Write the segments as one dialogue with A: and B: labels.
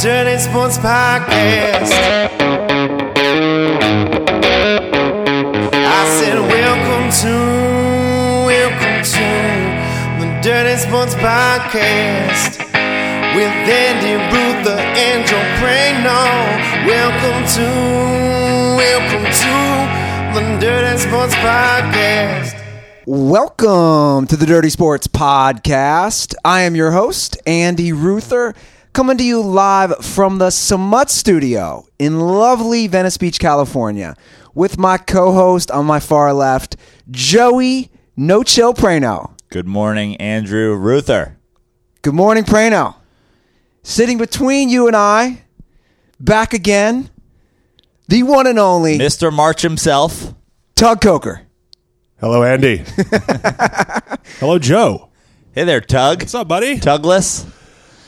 A: Someone's Podcast. I said, Welcome to, welcome to the Dirty Sports Podcast with Andy Ruther and Joe Prano. Welcome to, welcome to the Dirty Sports Podcast.
B: Welcome to the Dirty Sports Podcast. I am your host, Andy Ruther, coming to you live from the Smut Studio in lovely Venice Beach, California, with my co host on my far left, Joey No Chill Prano.
C: Good morning, Andrew Ruther.
B: Good morning, Prano. Sitting between you and I, back again, the one and only
C: Mr. March himself.
B: Tug Coker.
D: Hello, Andy. Hello, Joe.
C: Hey there, Tug.
D: What's up, buddy?
C: Tugless.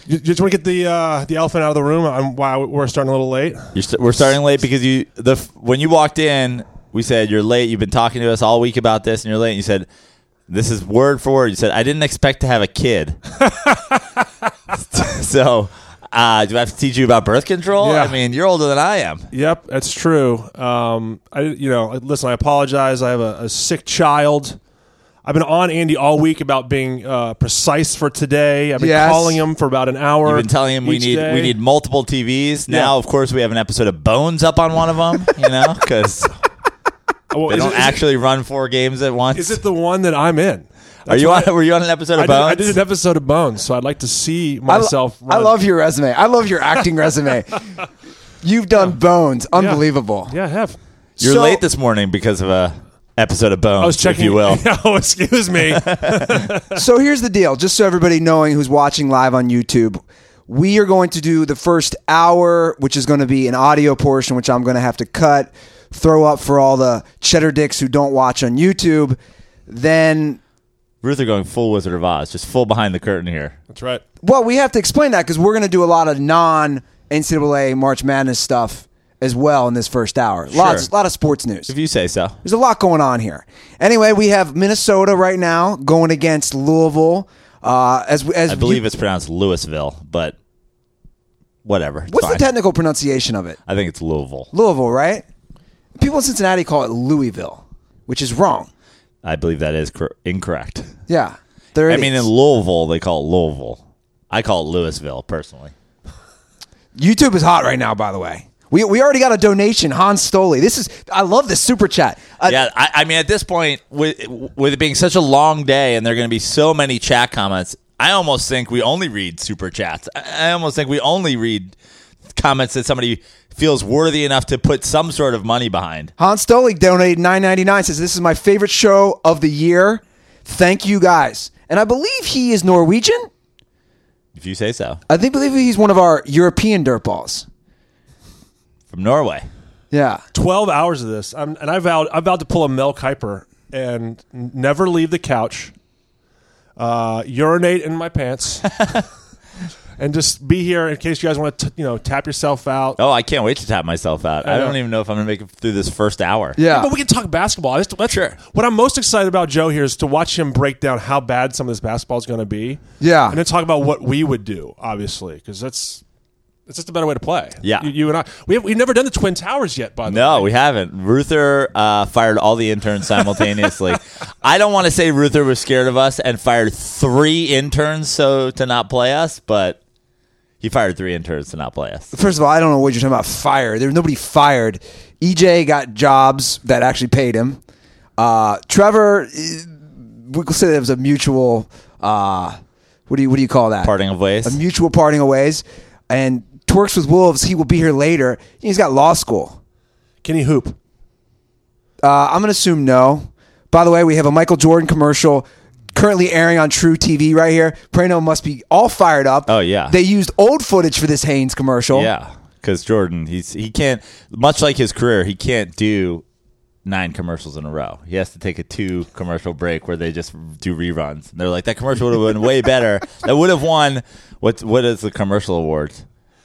D: You, you just want to get the uh, the elephant out of the room. I'm, wow, we're starting a little late.
C: You're st- we're starting late because you the f- when you walked in, we said you're late. You've been talking to us all week about this, and you're late. And you said this is word for word. You said I didn't expect to have a kid, so uh, do I have to teach you about birth control?
D: Yeah.
C: I mean, you're older than I am.
D: Yep, that's true. Um, I you know, listen, I apologize. I have a, a sick child. I've been on Andy all week about being uh, precise for today. I've been
B: Yes.
D: calling him for about an hour.
C: You've been telling him we
D: each
C: need
D: day.
C: we need multiple TVs. Now,
D: Yeah.
C: of course, we have an episode of Bones up on one of them. You know, because
D: Uh, Well,
C: they
D: is,
C: don't
D: it,
C: actually run four games at once.
D: is it the one that I'm in?
C: Are you on? Were you on an episode
D: I
C: of
D: did, I
C: Bones?
D: did an episode of Bones, so I'd like to see
B: I lo-
D: myself.
B: I,
D: run.
B: love your resume. I love your acting resume. You've done Bones,
D: Yeah.
B: unbelievable.
D: Yeah, I have.
C: You're
B: So-
C: late this morning because of a episode of Bones.
D: I was checking.
C: if you will.
D: oh, excuse me.
B: So here's the deal, just so everybody knowing who's watching live on YouTube, we are going to do the first hour, which is going to be an audio portion, which I'm going to have to cut, throw up for all the cheddar dicks who don't watch on YouTube. Then,
C: Ruth are going full Wizard of Oz, just full behind the curtain here.
D: That's right.
B: well, we have to explain that because we're going to do a lot of non NCAA March Madness stuff as well in this first hour. Lots, a lot of sports news.
C: If you say so.
B: There's a lot going on here. Anyway, we have Minnesota right now going against Louisville. Uh, as as
C: I believe it's pronounced Louisville, but whatever. It's
B: what's
C: fine.
B: the technical pronunciation of it?
C: I think it's Louisville.
B: Louisville, right? People in Cincinnati call it Louisville, which is wrong.
C: I believe that is cor- incorrect.
B: Yeah, there
C: I
B: it
C: mean, in
B: is.
C: Louisville, they call it Louisville. I call it Louisville personally.
B: YouTube is hot right now, by the way. We, we already got a donation, Hans Stoley. This is I love this super chat. Uh,
C: yeah, I, I mean, at this point, with with it being such a long day, and there are going to be so many chat comments, I almost think we only read super chats. I, I almost think we only read comments that somebody feels worthy enough to put some sort of money behind.
B: Hans Stoley donated nine ninety nine. Says this is my favorite show of the year. Thank you guys, and I believe he is Norwegian.
C: If you say so,
B: I think believe he's one of our European dirtballs.
C: from Norway.
B: Yeah.
D: Twelve hours of this, I'm, and I vowed I vowed to pull a Mel Kiper and n- never leave the couch, uh, urinate in my pants, and just be here in case you guys want to, you know, tap yourself out.
C: Oh, I can't wait to tap myself out. I,
D: know.
C: don't even know if I'm going to make it through this first hour.
B: Yeah.
D: But we can talk basketball. I just, let's,
C: Sure.
D: What I'm most excited about, Joe, here is to watch him break down how bad some of this basketball is going to be.
B: Yeah.
D: and then talk about what we would do, obviously, because that's it's just a better way to play.
C: Yeah.
D: you, you and I, we have, we've never done the Twin Towers yet, by the way.
C: No, we haven't. Ruther uh, fired all the interns simultaneously. I don't want to say Ruther was scared of us and fired three interns so to not play us, but he fired three interns to not play us.
B: First of all, I don't know what you're talking about. Fire. There was nobody fired. EJ got jobs that actually paid him. Uh, Trevor, eh, we could say that it was a mutual. Uh, what do you what do you call that?
C: Parting of ways.
B: A mutual parting of ways. And Twerks with Wolves. He will be here later. He's got law school.
D: Can he hoop?
B: Uh, I'm gonna assume no. By the way, we have a Michael Jordan commercial currently airing on True TV right here. Prano must be all fired up.
C: Oh, yeah.
B: They used old footage for this Haynes commercial.
C: Yeah, because Jordan, he's he can't much like his career, he can't do nine commercials in a row. He has to take a two commercial break where they just do reruns. And they're like, that commercial would have been way better. That would have won what what is the commercial award?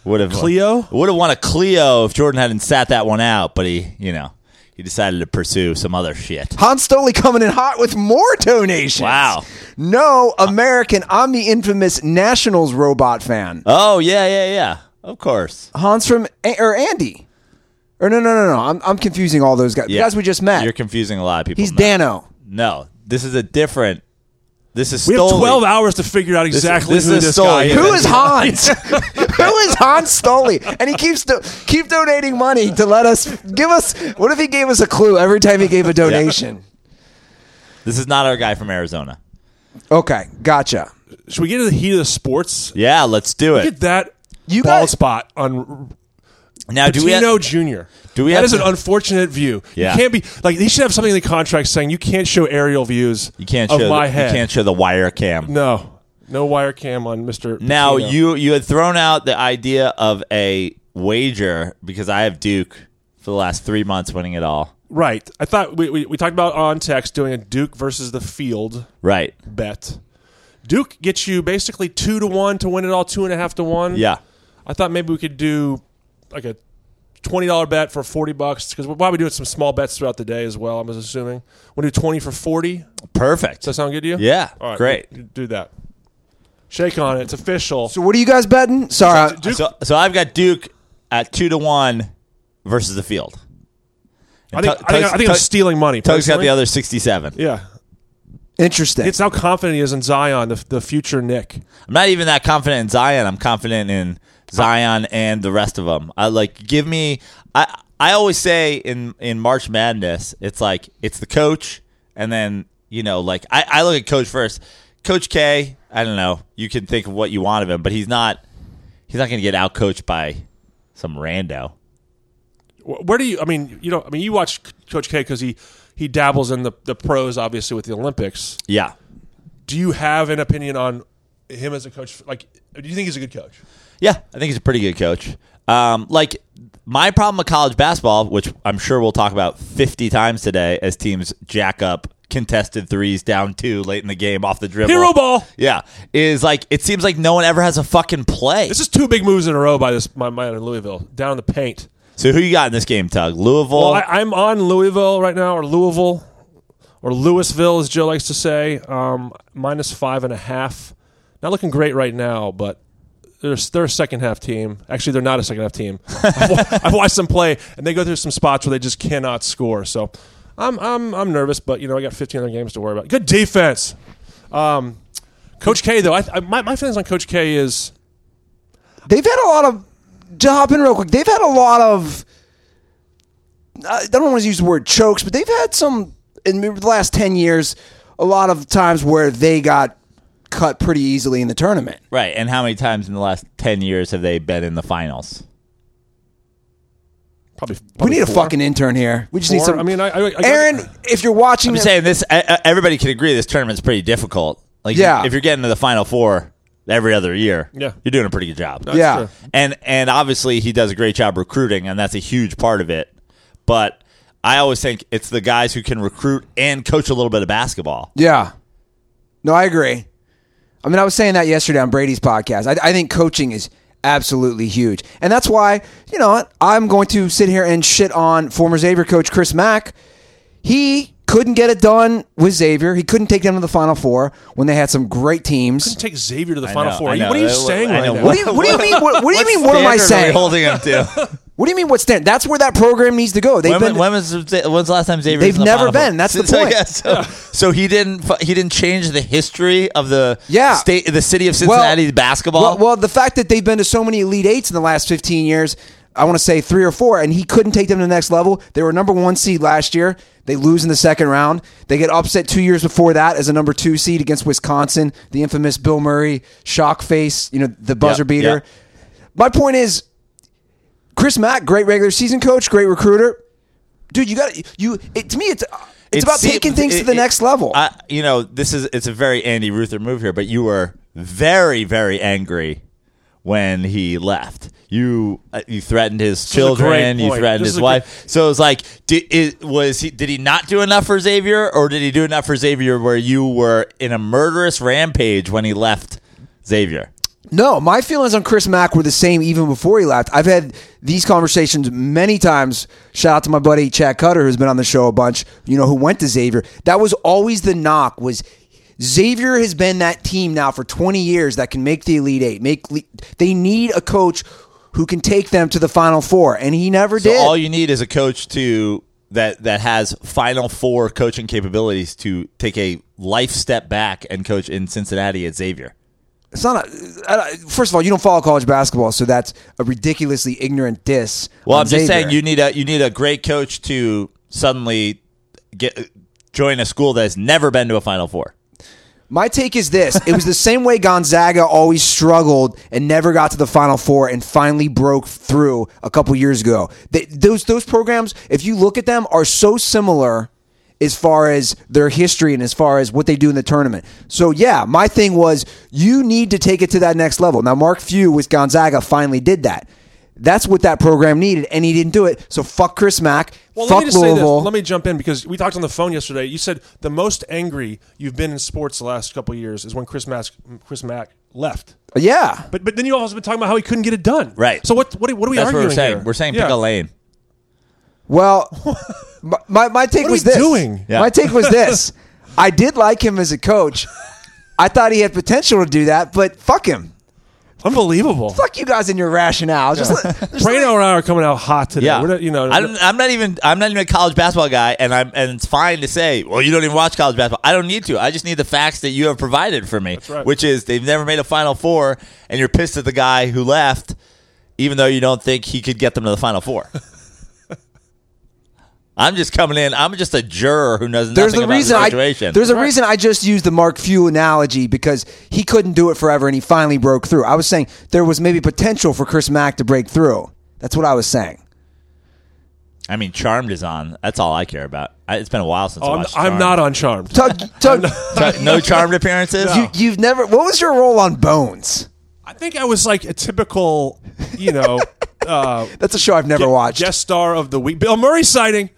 C: Would have
D: Clio?
C: Would have won a Clio if Jordan hadn't sat that one out. But he, you know, he decided to pursue some other shit.
B: Hans Stoley coming in hot with more donations.
C: Wow.
B: No American. I'm the infamous Nationals robot fan.
C: Oh yeah, yeah, yeah. Of course.
B: Hans from A- or Andy, or no, no, no, no. I'm I'm confusing all those guys. The
C: Yeah.
B: guys we just met.
C: You're confusing a lot of people.
B: He's
C: Matt.
B: Dano.
C: No, this is a different. This is
D: We have
C: Stoli.
D: 12 hours to figure out exactly
C: this
D: who
C: is
D: this
C: Stoli.
D: guy is.
B: Who is Hans? Who is Hans Stoley? And he keeps do- keep donating money to let us give us. What if he gave us a clue every time he gave a donation?
C: This is not our guy from Arizona.
B: Okay, gotcha.
D: Should we get into the heat of the sports?
C: Yeah, let's do
D: Look at
C: it.
D: that
B: You
D: bald
B: guys-
D: spot on
C: Now, do we have,
D: Patino Jr.
C: do we
D: That
C: have
D: is an
C: to-
D: unfortunate view.
C: Yeah.
D: You can't be like he should have something in the contract saying you can't show aerial views.
C: you can't
D: of
C: show
D: my
C: the,
D: head.
C: You can't show the wire cam.
D: No, no wire cam on Mister.
C: Now you you had thrown out the idea of a wager because I have Duke for the last three months winning it all.
D: right? I thought we, we we talked about on text doing a Duke versus the field
C: Right.
D: bet. Duke gets you basically two to one to win it all, two and a half to one.
C: Yeah.
D: I thought maybe we could do like a twenty dollar bet for forty bucks because we're probably doing some small bets throughout the day as well. I'm assuming we'll do twenty for forty. Does
C: Perfect.
D: that sound good to you?
C: yeah.
D: All right,
C: Great.
D: we- Do that. Shake on it. It's official.
B: So what are you guys betting? Sorry, uh, I-
D: Duke,
C: So so I've got Duke at two to one versus the field.
D: I think, I think, I think I'm
C: Tug-
D: stealing money.
C: Tug's got
D: personally.
C: the other sixty-seven.
D: Yeah,
B: interesting.
D: it's how confident he is in Zion, the, the future Nick.
C: I'm not even that confident in Zion. I'm confident in Zion and the rest of them. I like give me. I I always say in in March Madness, it's like it's the coach, and then you know, like I, I look at coach first. Coach K, I don't know. You can think of what you want of him, but he's not. He's not going to get out coached by some rando.
D: Wh- Where do you? I mean, you know, I mean, you watch Coach K because he he dabbles in the the pros, obviously with the Olympics.
C: Yeah.
D: Do you have an opinion on him as a coach? Like, do you think he's a good coach?
C: Yeah, I think he's a pretty good coach. Um, like my problem with college basketball, which I'm sure we'll talk about 50 times today, as teams jack up contested threes down two late in the game off the dribble.
D: Hero ball.
C: Yeah, is like it seems like no one ever has a fucking play.
D: This is two big moves in a row by this my man in Louisville down in the paint.
C: So who you got in this game, Tug? Louisville.
D: Well, I, I'm on Louisville right now, or Louisville, or Louisville, as Joe likes to say, um, minus five and a half. Not looking great right now, but they're, they're a second half team. Actually, they're not a second half team. I've, wa- I've watched them play, and they go through some spots where they just cannot score. So I'm, I'm, I'm nervous, but you know I got 15 other games to worry about. Good defense. Um, Coach K, though, I, I, my, my feelings on Coach K is
B: They've had a lot of to hop in real quick. They've had a lot of. I don't want to use the word chokes, but they've had some in the last ten years. A lot of times where they got cut pretty easily in the tournament.
C: right, and how many times in the last 10 years have they been in the finals?
D: probably.
B: We
D: probably
B: need a
D: Oh, four.
B: fucking intern here. We just need
D: Four?
B: some.
D: I mean, I- I- I got-
B: Aaron, if you're watching,
C: I'm
B: this,
C: just saying this. e- e- Everybody can agree this tournament's pretty difficult. Like,
B: Yeah.
C: if you're getting to the final four every other year,
D: Yeah.
C: you're doing a pretty good job.
B: yeah,
D: true.
C: and and obviously he does a great job recruiting, and that's a huge part of it. But I always think it's the guys who can recruit and coach a little bit of basketball.
B: yeah. No, I agree. I mean, I was saying that yesterday on Brady's podcast. I, I think coaching is absolutely huge, and that's why you know what? I'm going to sit here and shit on former Xavier coach Chris Mack. He couldn't get it done with Xavier. He couldn't take them to the Final Four when they had some great teams.
D: Take Xavier to the
C: I
D: final
C: know,
D: four.
C: I know.
D: What are you
C: I-
D: saying
C: I
D: right
C: know.
D: now?
B: What do you, what do you mean? What, what do you mean? What am I
C: standard are we
B: saying?
C: holding him to?
B: What do you mean? What stand? That's where that program needs to go. They've
C: when,
B: been
C: when was the- when's the last time Xavier?
B: They've
C: was in the
B: never
C: Final Four?
B: been. That's the
C: So,
B: point.
C: yeah, so, so he didn't fu- he didn't change the history of the
B: Yeah.
C: state the city of Cincinnati's basketball.
B: Well, well, the fact that they've been to so many Elite Eights in the last 15 years, I want to say three or four, and he couldn't take them to the next level. They were number one seed last year. They lose in the second round. They get upset two years before that as a number two seed against Wisconsin, the infamous Bill Murray shock face, you know, the buzzer
C: Yeah,
B: beater. My point is, Chris Mack, great regular season coach, great recruiter. Dude, you got to you. It, to me, it's it's about
C: seem-
B: taking things
C: it-
B: to the
C: it-
B: next level.
C: I, you know, this is it's a very Andy Ruther move here, but you were very very angry when he left. You uh, you threatened his
D: is a great
C: children, you
D: point.
C: threatened
D: This is
C: his
D: a
C: wife. so it was like, did it, was he did he not do enough for Xavier, or did he do enough for Xavier where you were in a murderous rampage when he left Xavier?
B: No, my feelings on Chris Mack were the same even before he left. I've had these conversations many times. Shout out to my buddy Chad Cutter, who's been on the show a bunch. You know, who went to Xavier. That was always the knock was Xavier has been that team now for 20 years that can make the Elite Eight. Make le- they need a coach who can take them to the Final Four, and he never
C: So
B: did.
C: all you need is a coach to that that has Final Four coaching capabilities to take a life step back and coach in Cincinnati at Xavier.
B: it's not. A, I don't- first of all, you don't follow college basketball, so that's a ridiculously ignorant diss.
C: Well,
B: on
C: I'm just
B: Xavier.
C: saying you need a you need a great coach to suddenly get join a school that has never been to a Final Four.
B: My take is this: It was the same way Gonzaga always struggled and never got to the Final Four, and finally broke through a couple years ago. They, those those programs, if you look at them, are so similar as far as their history and as far as what they do in the tournament. So yeah, my thing was you need to take it to that next level. Now Mark Few with Gonzaga finally did that. That's what that program needed, and he didn't do it. So fuck Chris Mack.
D: Well,
B: fuck
D: let me just say
B: Louisville.
D: this. Let me jump in because we talked on the phone yesterday. You said the most angry you've been in sports the last couple of years is when Chris Mack, Chris Mack left.
B: yeah.
D: But but then you've also been talking about how he couldn't get it done.
C: Right.
D: So what what, what are we
C: That's what
D: arguing
C: we're saying.
D: here?
C: We're saying
D: Yeah.
C: pick a lane.
B: Well, my- my, my take
D: What are
B: was
D: we
B: this.
D: doing?
C: Yeah.
B: My take was this. I did like him as a coach. I thought he had potential to do that, but fuck him.
D: Unbelievable.
B: Fuck you guys and your rationale. Just let- just
D: Brano and I are coming out hot today.
C: Yeah,
D: We're not, you know,
C: I don't, I'm not even I'm not even a college basketball guy, and I'm and it's fine to say, well, you don't even watch college basketball. I don't need to. I just need the facts that you have provided for me,
D: right.
C: which is they've never made a Final Four, and you're pissed at the guy who left, even though you don't think he could get them to the Final Four. I'm just coming in. I'm just a juror who knows
B: there's
C: nothing
B: the
C: about
B: reason
C: the
B: I,
C: situation.
B: there's a reason I just used the Mark Few analogy because he couldn't do it forever and he finally broke through. I was saying there was maybe potential for Chris Mack to break through. That's what I was saying.
C: I mean, Charmed is on. That's all I care about. I, it's been a while since I
D: I'm,
C: watched.
D: I'm
C: Charmed.
D: not uncharmed.
B: Tug, Tug,
C: Ch- no Charmed appearances.
B: you, you've never. What was your role on Bones?
D: I think I was like a typical, you know, uh,
B: That's a show I've never watched.
D: guest star of the week. Bill Murray sighting.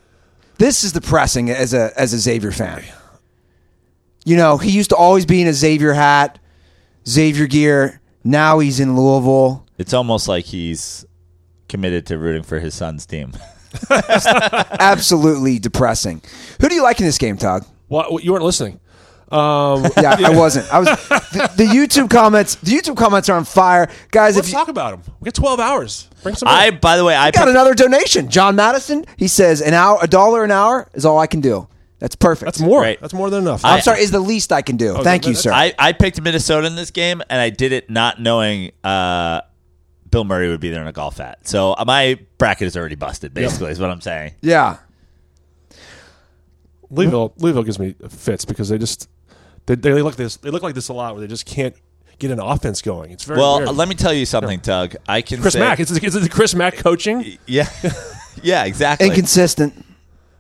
B: this is depressing as a as a Xavier fan. You know, he used to always be in a Xavier hat, Xavier gear. Now he's in Louisville.
C: It's almost like he's committed to rooting for his son's team.
B: Absolutely depressing. Who do you like in this game, Todd?
D: What, what- you weren't listening. Um,
B: Yeah, I wasn't. I was. The, the YouTube comments. The YouTube comments are on fire, guys.
D: let's
B: if you
D: talk about him. We got 12 hours. Bring some.
C: I, by the way, I
B: got
C: picked-
B: another donation, John Madison, he says an hour, a dollar an hour is all I can do. That's perfect.
D: That's more.
C: Right.
D: That's more than enough.
B: I'm sorry, is the least I can do. Thank you,
D: that-
B: sir.
C: I, I picked Minnesota in this game, and I did it not knowing uh, Bill Murray would be there in a golf hat. So uh, my bracket is already busted. Basically, is what I'm saying.
B: yeah.
D: Louisville, Louisville gives me fits because they just they, they look this they look like this a lot where they just can't get an offense going. It's very
C: Well,
D: weird.
C: let me tell you something, Tug. I can
D: Chris
C: say,
D: Mack. Is it, is it the Chris Mack coaching?
C: Yeah, yeah, exactly.
B: Inconsistent.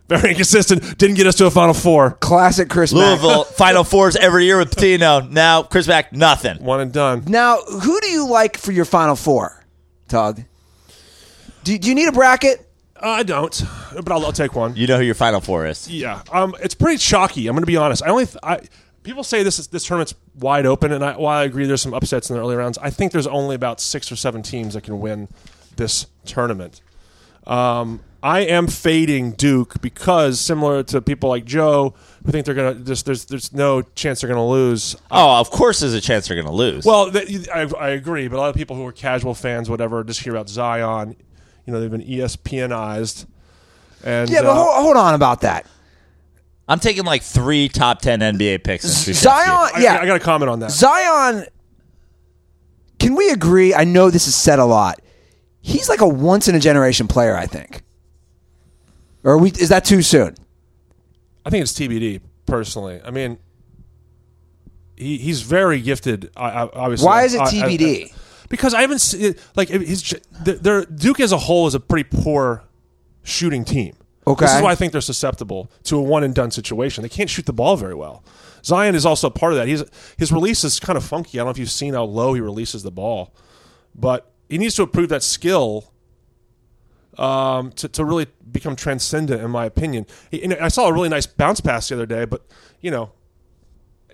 D: Very inconsistent. Didn't get us to a Final Four.
B: Classic Chris Mack.
C: Louisville Final Fours every year with Patino. Now Chris Mack, nothing.
D: One and done.
B: Now, who do you like for your final four, Tug? Do, do you need a bracket?
D: Uh, I don't, but I'll, I'll take one.
C: You know who your Final Four is.
D: Yeah, um, it's pretty chalky. I'm going to be honest. I only th- I people say this is, this tournament's wide open, and I, while I agree, there's some upsets in the early rounds. I think there's only about six or seven teams that can win this tournament. Um, I am fading Duke because similar to people like Joe who think they're going to just there's there's no chance they're going to lose.
C: Oh, of course, there's a chance they're going to lose.
D: Well, that, you- I, I agree, but a lot of people who are casual fans, whatever, just hear about Zion. You know, they've been E ESPNized. And
B: Yeah, but
D: uh,
B: hold, hold on about that.
C: I'm taking like three top ten NBA picks. in 250.
B: Zion,
D: I,
B: yeah,
D: I got to comment on that.
B: Zion. Can we agree? I know this is said a lot. He's like a once in a generation player. I think. Or are we? Is that too soon?
D: I think it's TBD personally. I mean, he he's very gifted. I, I, obviously,
B: Why is it
D: uh, I- I-
B: TBD?
D: because I haven't seen like it- his. Their Duke as a whole is a pretty poor shooting team.
B: Okay.
D: this is why I think they're susceptible to a one and done situation. They can't shoot the ball very well. Zion is also part of that. He's his release is kind of funky. I don't know if you've seen how low he releases the ball, but he needs to improve that skill um, to, to really become transcendent, in my opinion. He- and I saw a really nice bounce pass the other day, but you know,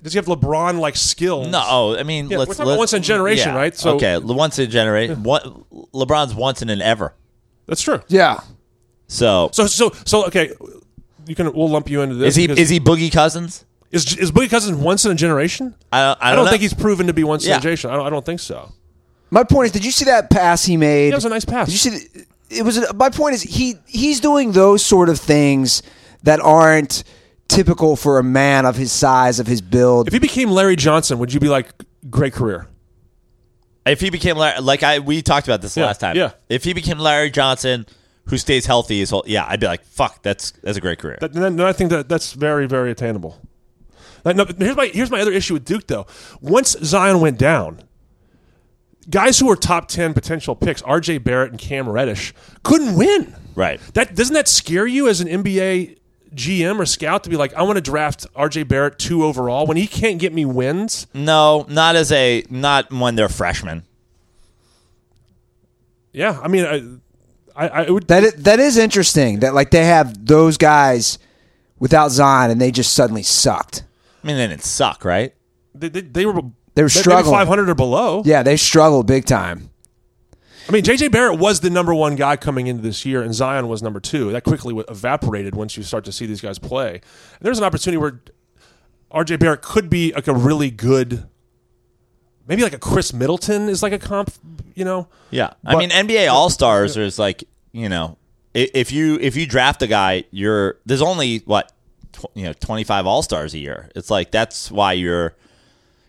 D: does he have LeBron like skills?
C: No, oh, I mean,
D: Yeah,
C: let's,
D: we're talking about
C: let's-
D: once in a generation,
C: yeah,
D: right? So-
C: okay, l- once in a generation. One, LeBron's once in an ever.
D: that's true.
B: Yeah.
C: So,
D: So so so okay, you can we'll lump you into this.
C: is he
D: because-
C: is he Boogie Cousins?
D: is is Boogie Cousins once in a generation?
C: I don't, I
D: I
C: don't
D: don't
C: know.
D: think he's proven to be once in
C: Yeah.
D: a generation. I don't, I don't think so.
B: My point is, did you see that pass he made?
D: That was a nice pass.
B: Did you see? The, it was. My point is, he he's doing those sort of things that aren't typical for a man of his size, of his build.
D: If he became Larry Johnson, would you be like, great career?
C: If he became Larry, like I we talked about this
D: Yeah,
C: last time.
D: yeah.
C: If he became Larry Johnson, who stays healthy his whole yeah, I'd be like, fuck, that's that's a great career.
D: That, then, then I think that that's very, very attainable. Like, no, but here's my here's my other issue with Duke though. Once Zion went down, guys who were top ten potential picks, R.J. Barrett and Cam Reddish, couldn't win.
C: right.
D: That doesn't that scare you as an NBA GM or scout to be like, I want to draft R.J. Barrett two overall when he can't get me wins.
C: No, not as a not when they're freshmen.
D: Yeah, I mean, I, I, I would.
B: That is, that is interesting. That like they have those guys without Zion, and they just suddenly sucked.
C: I mean, they didn't suck, right?
D: They, they, they were
B: They were struggling.
D: five hundred or below.
B: Yeah, they struggled big time.
D: I mean, JJ Barrett was the number one guy coming into this year, and Zion was number two. That quickly w- evaporated once you start to see these guys play. And there's an opportunity where RJ Barrett could be like a really good, maybe like a Chris Middleton is like a comp, you know?
C: Yeah, I mean NBA All Stars is like you know i- if you if you draft a guy, you're there's only what tw- you know 25 All Stars a year. It's like that's why you're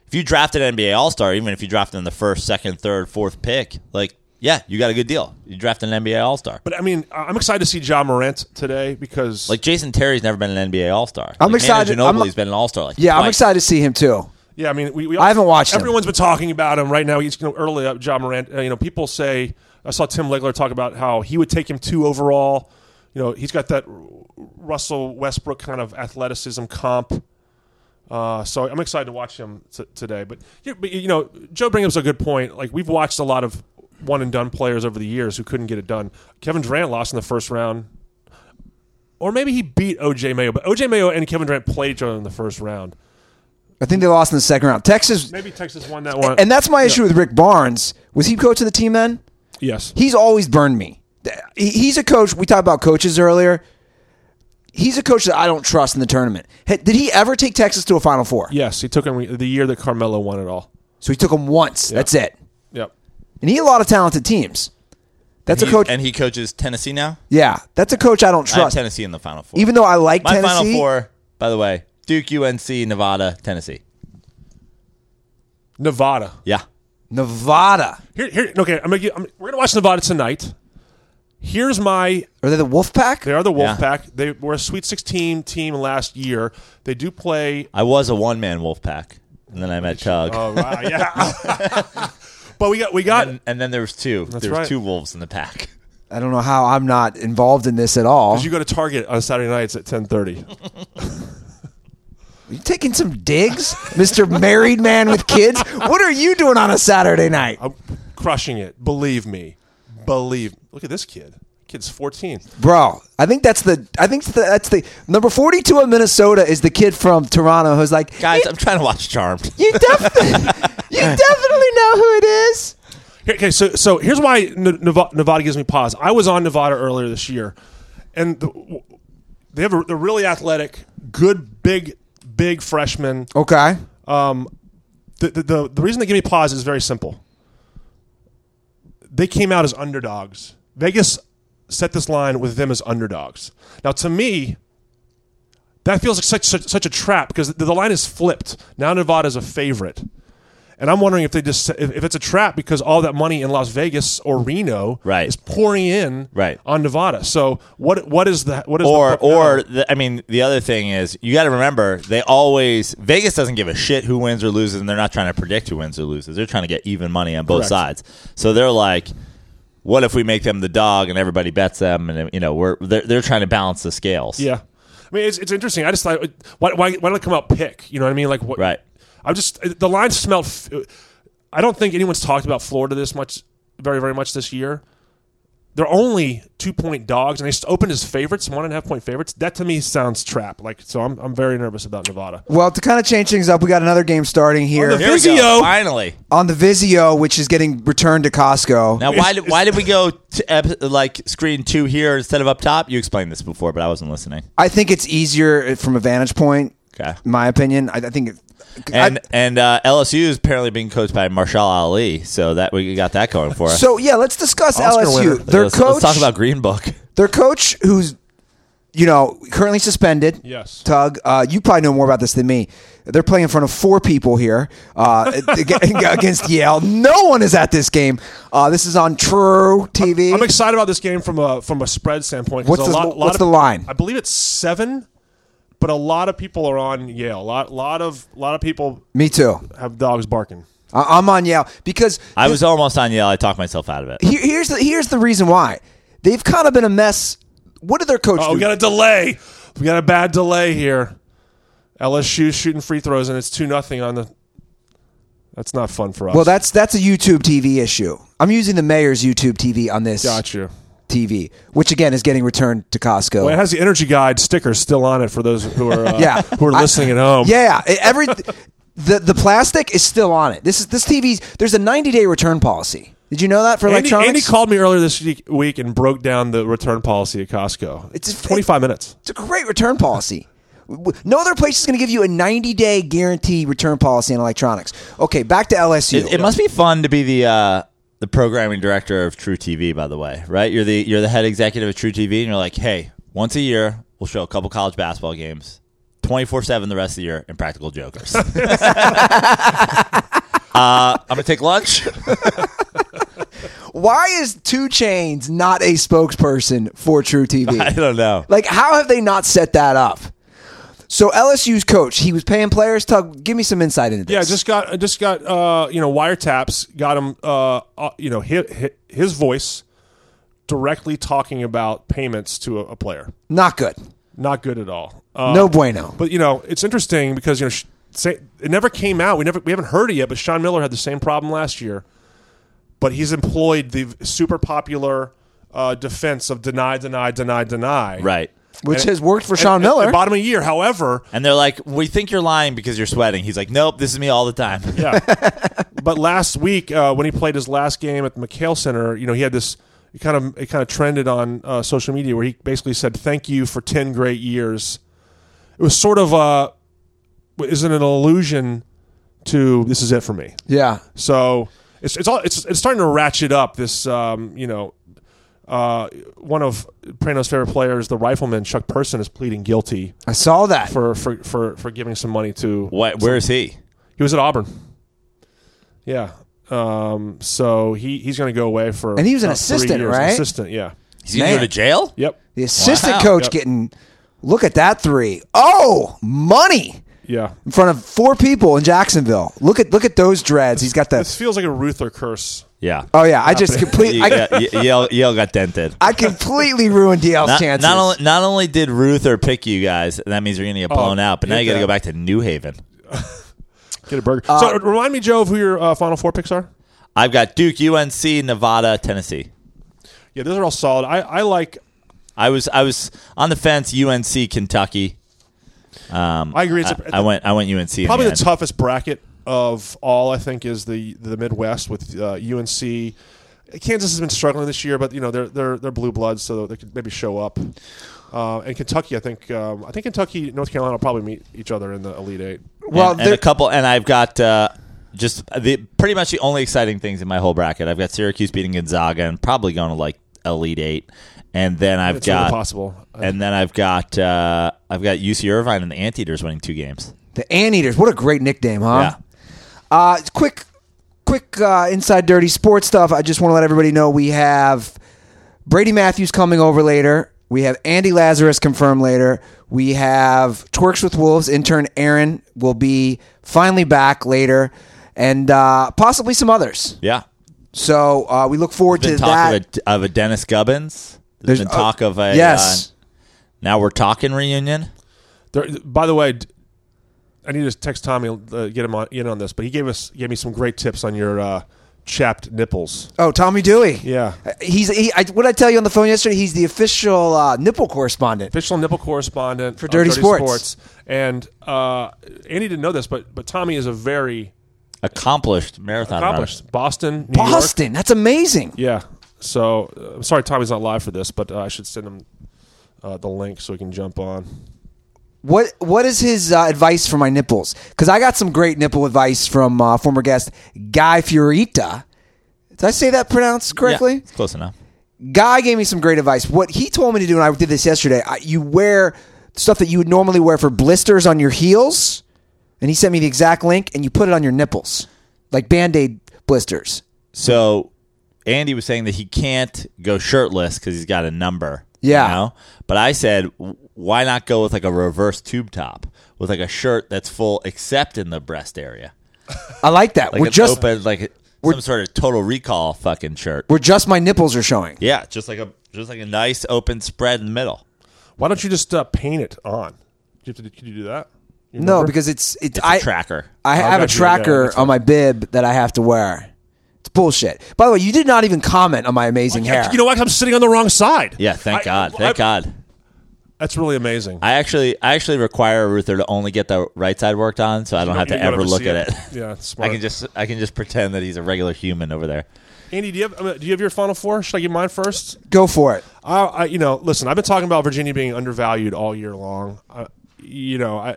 C: if you draft an NBA All Star, even if you draft in the first, second, third, fourth pick, like yeah, you got a good deal. You draft an NBA All Star.
D: But I mean, I- I'm excited to see John Morant today because
C: Like Jason Terry's never been an NBA All Star.
B: I'm
C: like,
B: excited-
C: Nana
B: I'm-
C: Ginobili's been an All Star. Like
B: Yeah, I'm
C: twice.
B: excited to see him too.
D: Yeah, I mean, we, we
B: I haven't watched him.
D: Everyone's been talking about him right now. He's you know, early up, John Morant. Uh, you know, people say I saw Tim Legler talk about how he would take him two overall. You know, he's got that R- Russell Westbrook kind of athleticism comp. Uh, so I'm excited to watch him t- today. But, yeah, but you know, Joe Bringham's a good point. Like we've watched a lot of one and done players over the years who couldn't get it done. Kevin Durant lost in the first round. Or maybe he beat OJ Mayo, but OJ Mayo and Kevin Durant played each other in the first round.
B: I think they lost in the second round. Texas,
D: Maybe Texas won that one.
B: and that's my issue with Rick Barnes. Was he coach of the team then?
D: Yes.
B: he's always burned me. He- He's a coach. We talked about coaches earlier. He's a coach that I don't trust in the tournament. Hey, Did he ever take Texas to a Final Four?
D: Yes, he took him the year that Carmelo won it all.
B: So he took them once. That's it.
D: Yep.
B: And he had a lot of talented teams. That's a
C: He-
B: coach.
C: and he coaches Tennessee now.
B: yeah, that's a coach I don't
C: I have
B: trust.
C: Tennessee in the Final Four.
B: Even though I like
C: My
B: Tennessee,
C: Final Four, by the way, Duke, UNC, Nevada, Tennessee.
D: Nevada.
C: Yeah.
B: Nevada.
D: Here, here. Okay, I'm gonna. Get, I'm, we're gonna watch Nevada tonight. Here's my.
B: Are they the Wolfpack?
D: They are the
C: Yeah.
D: Wolfpack. They were a Sweet 16 team last year. They do play.
C: I was a one man wolf pack, and then I met Chug.
D: Oh wow, yeah. but we got we got
C: and, and then there was two. there was
D: right.
C: two wolves in the pack.
B: I don't know how I'm not involved in this at all.
D: you go to Target on Saturday nights at 10:30.
B: Are you taking some digs, Mister Married Man with Kids? What are you doing on a Saturday night?
D: I'm crushing it. Believe me. Believe. Look at this kid. Kid's 14.
B: Bro, I think that's the I think that's the number 42 of Minnesota is the kid from Toronto who's like,
C: Guys, uh,
B: "You-
C: I'm trying to watch Charmed.
B: you, definitely you definitely know who it is."
D: Here- Okay, so so here's why N- Neva- Nevada gives me pause. I was on Nevada earlier this year, and the, they have a, they're really athletic, good, big, big freshmen.
B: Okay.
D: Um, the, the the the reason they give me pause is very simple. They came out as underdogs. Vegas set this line with them as underdogs. Now, to me, that feels like such such, such a trap because the, the line is flipped. Now Nevada's a favorite, and I'm wondering if they just if, if it's a trap because all that money in Las Vegas or Reno
C: Right.
D: is pouring in
C: Right.
D: on Nevada. So what what is the what is
C: Or,
D: the,
C: or the, I mean, the other thing is you got to remember they always Vegas doesn't give a shit who wins or loses, and they're not trying to predict who wins or loses. They're trying to get even money on both
D: Correct.
C: sides. So they're like, what if we make them the dog and everybody bets them, and you know we're they're, they're trying to balance the scales.
D: Yeah, I mean it's, it's interesting. I just thought why, why why don't I come out pick? You know what I mean? Like what?
C: Right.
D: I'm just the line smelled. f- I don't think anyone's talked about Florida this much, very very much this year. They're only two point dogs, and they just opened as favorites, one and a half point favorites. That to me sounds trap. Like so, I'm I'm very nervous about Nevada.
B: Well, to kind of change things up, we got another game starting here
D: On the-
C: Here we
D: Vizio.
C: go. Finally.
B: on the Vizio, which is getting returned to Costco.
C: Now, why did, why did we go to ep- like screen two here instead of up top? You explained this before, but I wasn't listening.
B: I think it's easier from a uh, vantage point.
C: Okay.
B: My opinion. I, I think it,
C: And and uh, LSU is apparently being coached by Marshall Ali, so that we got that going for us.
B: So yeah, let's discuss
D: Oscar
B: LSU.
D: winner.
B: Their
C: let's,
B: coach,
C: let's talk about Green Book.
B: their coach, who's you know currently suspended.
D: Yes.
B: Tug, uh, you probably know more about this than me. They're playing in front of four people here uh, ag- against Yale. No one is at this game. Uh, this is on True TV.
D: I'm excited about this game from a from a spread standpoint. 'cause
B: What's
D: a
B: the-
D: lot, lot
B: what's
D: of-
B: the line?
D: I believe it's seven, but a lot of people are on Yale. A lot, lot of, lot of people
B: me too.
D: have dogs barking.
B: I- I'm on Yale because
C: I was almost on Yale. I talked myself out of it.
B: Here- here's the here's the reason why they've kind of been a mess. What did their coach
D: Oh,
B: do?
D: we got a delay. We got a bad delay here. LSU shooting free throws, and it's two nothing on the. That's not fun for us.
B: well, that's that's a YouTube TV issue. I'm using the mayor's YouTube TV on this
D: got you.
B: TV, which again is getting returned to Costco.
D: Well, it has the energy guide sticker still on it for those who are uh,
B: yeah,
D: who are
B: I-
D: listening at home.
B: Yeah, e- every the the plastic is still on it. This is this TV's. There's a 90 day return policy. Did you know that for
D: Andy,
B: electronics?
D: Andy called me earlier this ye- week and broke down the return policy at Costco.
B: It's-
D: It's 25 minutes.
B: It's a great return policy. W- No other place is going to give you a 90 day guarantee return policy in electronics. Okay, back to LSU.
C: It, it must be fun to be the uh, the programming director of True TV. By the way, right? You're the you're the head executive of True TV, and you're like, hey, once a year we'll show a couple college basketball games, twenty four seven the rest of the year, and practical jokers. uh, I'm gonna take lunch.
B: Why is Two Chains not a spokesperson for True TV?
C: I don't know.
B: Like, how have they not set that up? So LSU's coach, he was paying players. Tug, give me some insight into this.
D: Yeah, just got I just got uh, you know wiretaps got him uh, uh, you know hit, hit his voice directly talking about payments to a, a player.
B: not good.
D: Not good at all. Uh,
B: no bueno.
D: But you know it's interesting because you know sh- say, it never came out. We never we haven't heard it yet. But Sean Miller had the same problem last year. But he's employed the super popular uh, defense of deny, deny, deny, deny.
C: Right.
B: which
D: and-
B: has worked for Sean
D: At- at
B: Miller.
D: the bottom of the year. However,
C: And they're like, we think you're lying because you're sweating. He's like, nope, this is me all the time.
D: Yeah. but last week, uh, when he played his last game at the McHale Center, you know, he had this. It kind of it kind of trended on uh, social media where he basically said, "Thank you for ten great years." It was sort of a, isn't it an allusion to this is it for me.
B: yeah.
D: So it's it's all it's it's starting to ratchet up. This um, you know, uh, one of Prano's favorite players, the rifleman Chuck Person, is pleading guilty
B: I saw that.
D: for for for, for giving some money to
C: What? Where is he?
D: he was at Auburn. Yeah. Um, so he, he's going to go away for
B: And he was an
D: about three
B: assistant,
D: years.
B: right?
D: Assistant, yeah.
C: He's gonna
B: Man.
C: go to jail.
D: Yep.
B: the assistant
C: Wow.
B: coach
D: Yep.
B: getting look at that three. Oh, money
D: Yeah.
B: in front of four people in Jacksonville. Look at look at those dreads. He's got
D: This
B: the.
D: feels like a Ruther curse.
C: Yeah.
B: Oh yeah, I just
C: He
B: complete. I,
C: got- Ye- Yale, Yale got dented.
B: I completely ruined DL's
C: Not,
B: chances.
C: not only not only did Ruther pick you guys, and that means you're gonna
D: Oh,
C: get blown out. But now
D: hit
C: you got to
D: that.
C: go back to New Haven.
D: Get a burger. so remind me, Joe, of who your uh, Final Four picks are.
C: I've got Duke, UNC, Nevada, Tennessee.
D: Yeah, those are all solid. I, I like.
C: I was I was on the fence. UNC, Kentucky. Um,
D: I agree. It's
C: I,
D: a-
C: I went I went UNC. in
D: Probably
C: the
D: the
C: end.
D: toughest bracket of all, I think, is the the Midwest with uh, UNC. Kansas has been struggling this year, but you know they're they're they're blue bloods, so they could maybe show up. Uh, and Kentucky, I think, um, I think Kentucky, North Carolina will probably meet each other in the Elite Eight.
B: well,
C: and, and
B: there-
C: a couple, and I've got uh, just the pretty much the only exciting things in my whole bracket. I've got Syracuse beating Gonzaga and probably going to like Elite Eight, and then I've
D: It's really
C: got
D: possible.
C: and then I've got uh, I've got UC Irvine and the Anteaters winning two games.
B: The Anteaters. What a great nickname, huh?
C: Yeah.
B: Uh, quick, quick uh, inside dirty sports stuff. I just want to let everybody know we have Brady Matthews coming over later. We have Andy Lazarus confirmed later. We have Twerks with Wolves intern Aaron will be finally back later, and uh, possibly some others.
C: Yeah,
B: So uh, we look forward
C: been
B: to
C: talk
B: that.
C: of a, of a Dennis Gubbins. There's, been
B: oh,
C: talk of a
B: yes.
C: uh, now we're talking reunion.
D: There, by the way, d- I need to text Tommy uh, get him on in on this, but he gave us gave me some great tips on your uh, chapped nipples.
C: uh,
B: oh, Tommy Dewey.
D: Yeah,
B: He's he, I, what did I tell you on the phone yesterday. He's the official uh, nipple correspondent.
D: official nipple correspondent for
B: Dirty Sports.
D: and uh, Andy didn't know this, but but Tommy is a very
C: Accomplished marathon runner.
D: accomplished Boston, New York.
B: Boston. That's amazing.
D: Yeah. So uh, I'm sorry Tommy's not live for this, but uh, I should send him uh, the link so he can jump on.
B: What what is his uh, advice for my nipples? Because I got some great nipple advice from uh, former guest Guy Fiorita. Did I say that pronounced correctly?
C: Yeah, it's close enough.
B: Guy gave me some great advice. What he told me to do, and I did this yesterday. I, you wear stuff that you would normally wear for blisters on your heels, and he sent me the exact link, and you put it on your nipples, like band aid blisters.
C: So Andy was saying that he can't go shirtless because he's got a number.
B: Yeah.
C: You know? But I said, w- why not go with like a reverse tube top with like a shirt that's full except in the breast area?
B: I like that.
C: Like
B: we're
C: it's
B: just
C: open, like some sort of total recall fucking shirt.
B: we're just my nipples are showing.
C: Yeah, just like a just like a nice open spread in the middle.
D: Why don't you just uh, paint it on? Do you have to, can you do that? Your
B: No,
D: number?
B: because it's it's,
C: It's a
B: I
C: tracker.
B: I have a
D: got you. Yeah,
B: tracker
D: that's
B: on my bib that I have to wear. It's bullshit. By the way, you did not even comment on my amazing hair.
D: You know what? I'm sitting on the wrong side.
C: yeah, thank
D: I-
C: God.
D: I-
C: Thank God.
D: That's really amazing.
C: I actually I actually require Ruther to only get the right side worked on so I don't have
D: You
C: to
D: don't
C: ever
D: see
C: look at it.
D: Yeah, it's smart.
C: I can just I can just pretend that he's a regular human over there.
D: Andy, do you have I mean, do you have your final four? Should I give mine first?
B: Go for it.
D: I, I you know, listen, I've been talking about Virginia being undervalued all year long. I, you know, I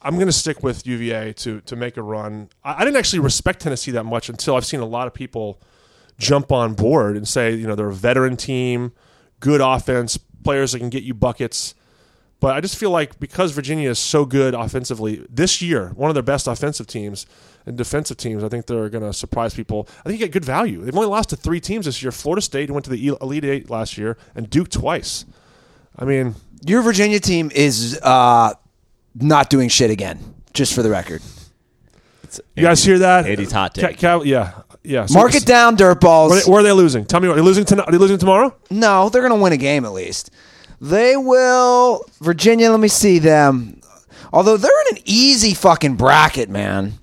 D: I'm going to stick with UVA to to make a run. I, I didn't actually respect Tennessee that much until I've seen a lot of people jump on board and say, you know, they're a veteran team, good offense, players that can get you buckets. But I just feel like because Virginia is so good offensively this year, one of their best offensive teams and defensive teams, I think they're going to surprise people. I think you get good value. They've only lost to three teams this year: Florida State, who went to the E-, Elite Eight last year, and Duke twice. I mean,
B: Your Virginia team is uh, not doing shit again. Just for the record,
D: you guys hear that?
C: Andy's hot
D: Ca-
C: take.
D: Ca- yeah, yeah. So-
B: mark it down,
D: Where
B: dirtballs.
D: are, they, where are they losing? Tell me, are they losing tonight? Are they losing tomorrow?
B: No, they're going to win a game at least. They will. Virginia, let me see them. Although they're in an easy fucking bracket, man.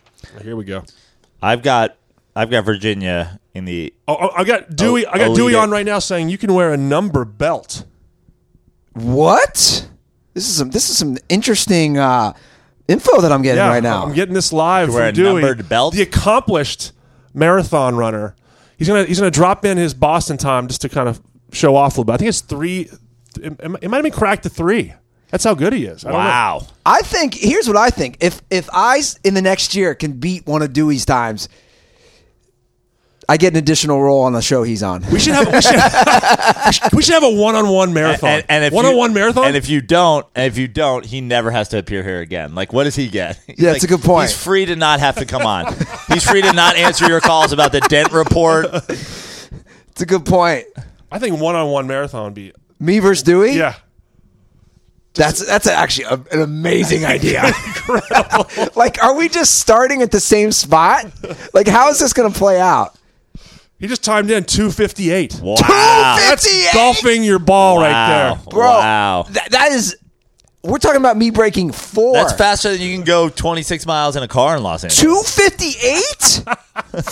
D: Here we go.
C: I've got I've got Virginia in the
D: Oh, oh, I got Dewey. I got
C: Elite
D: Dewey
C: Eight.
D: on right now saying you can wear a number belt.
B: What? This is some. This is some interesting uh, info that I'm getting right now.
D: I'm getting this live
C: wear
D: from
C: a
D: Dewey,
C: numbered belt?
D: the accomplished marathon runner. He's gonna he's gonna drop in his Boston time just to kind of show off a little bit. I think it's three. It, it might have been cracked to three. That's how good he is. I don't know.
C: Wow.
B: I think here's what I think. If if I s- in the next year can beat one of Dewey's times, I get an additional role on the show he's on.
D: We should have we should, we should have a one on one marathon.
C: And, and if
D: one on one
C: you-
D: marathon.
C: and if you don't, and if you don't, he never has to appear here again. Like, what does he get? He's
B: Yeah,
C: like,
B: it's a good point.
C: He's free to not have to come on. he's free to not answer your calls about the dent report.
B: It's a good point.
D: I think one on one marathon would be
B: Me versus Dewey.
D: yeah.
B: that's that's actually a, an amazing idea. like, are we just starting at the same spot? Like, how is this going to play out?
D: He just timed in two fifty eight.
C: Wow,
D: That's
B: 58?
D: golfing your ball
C: wow,
D: right there.
B: bro.
C: Wow.
B: that- that is. We're talking about me breaking four.
C: That's faster than you can go 26 miles in a car in Los Angeles.
B: 258?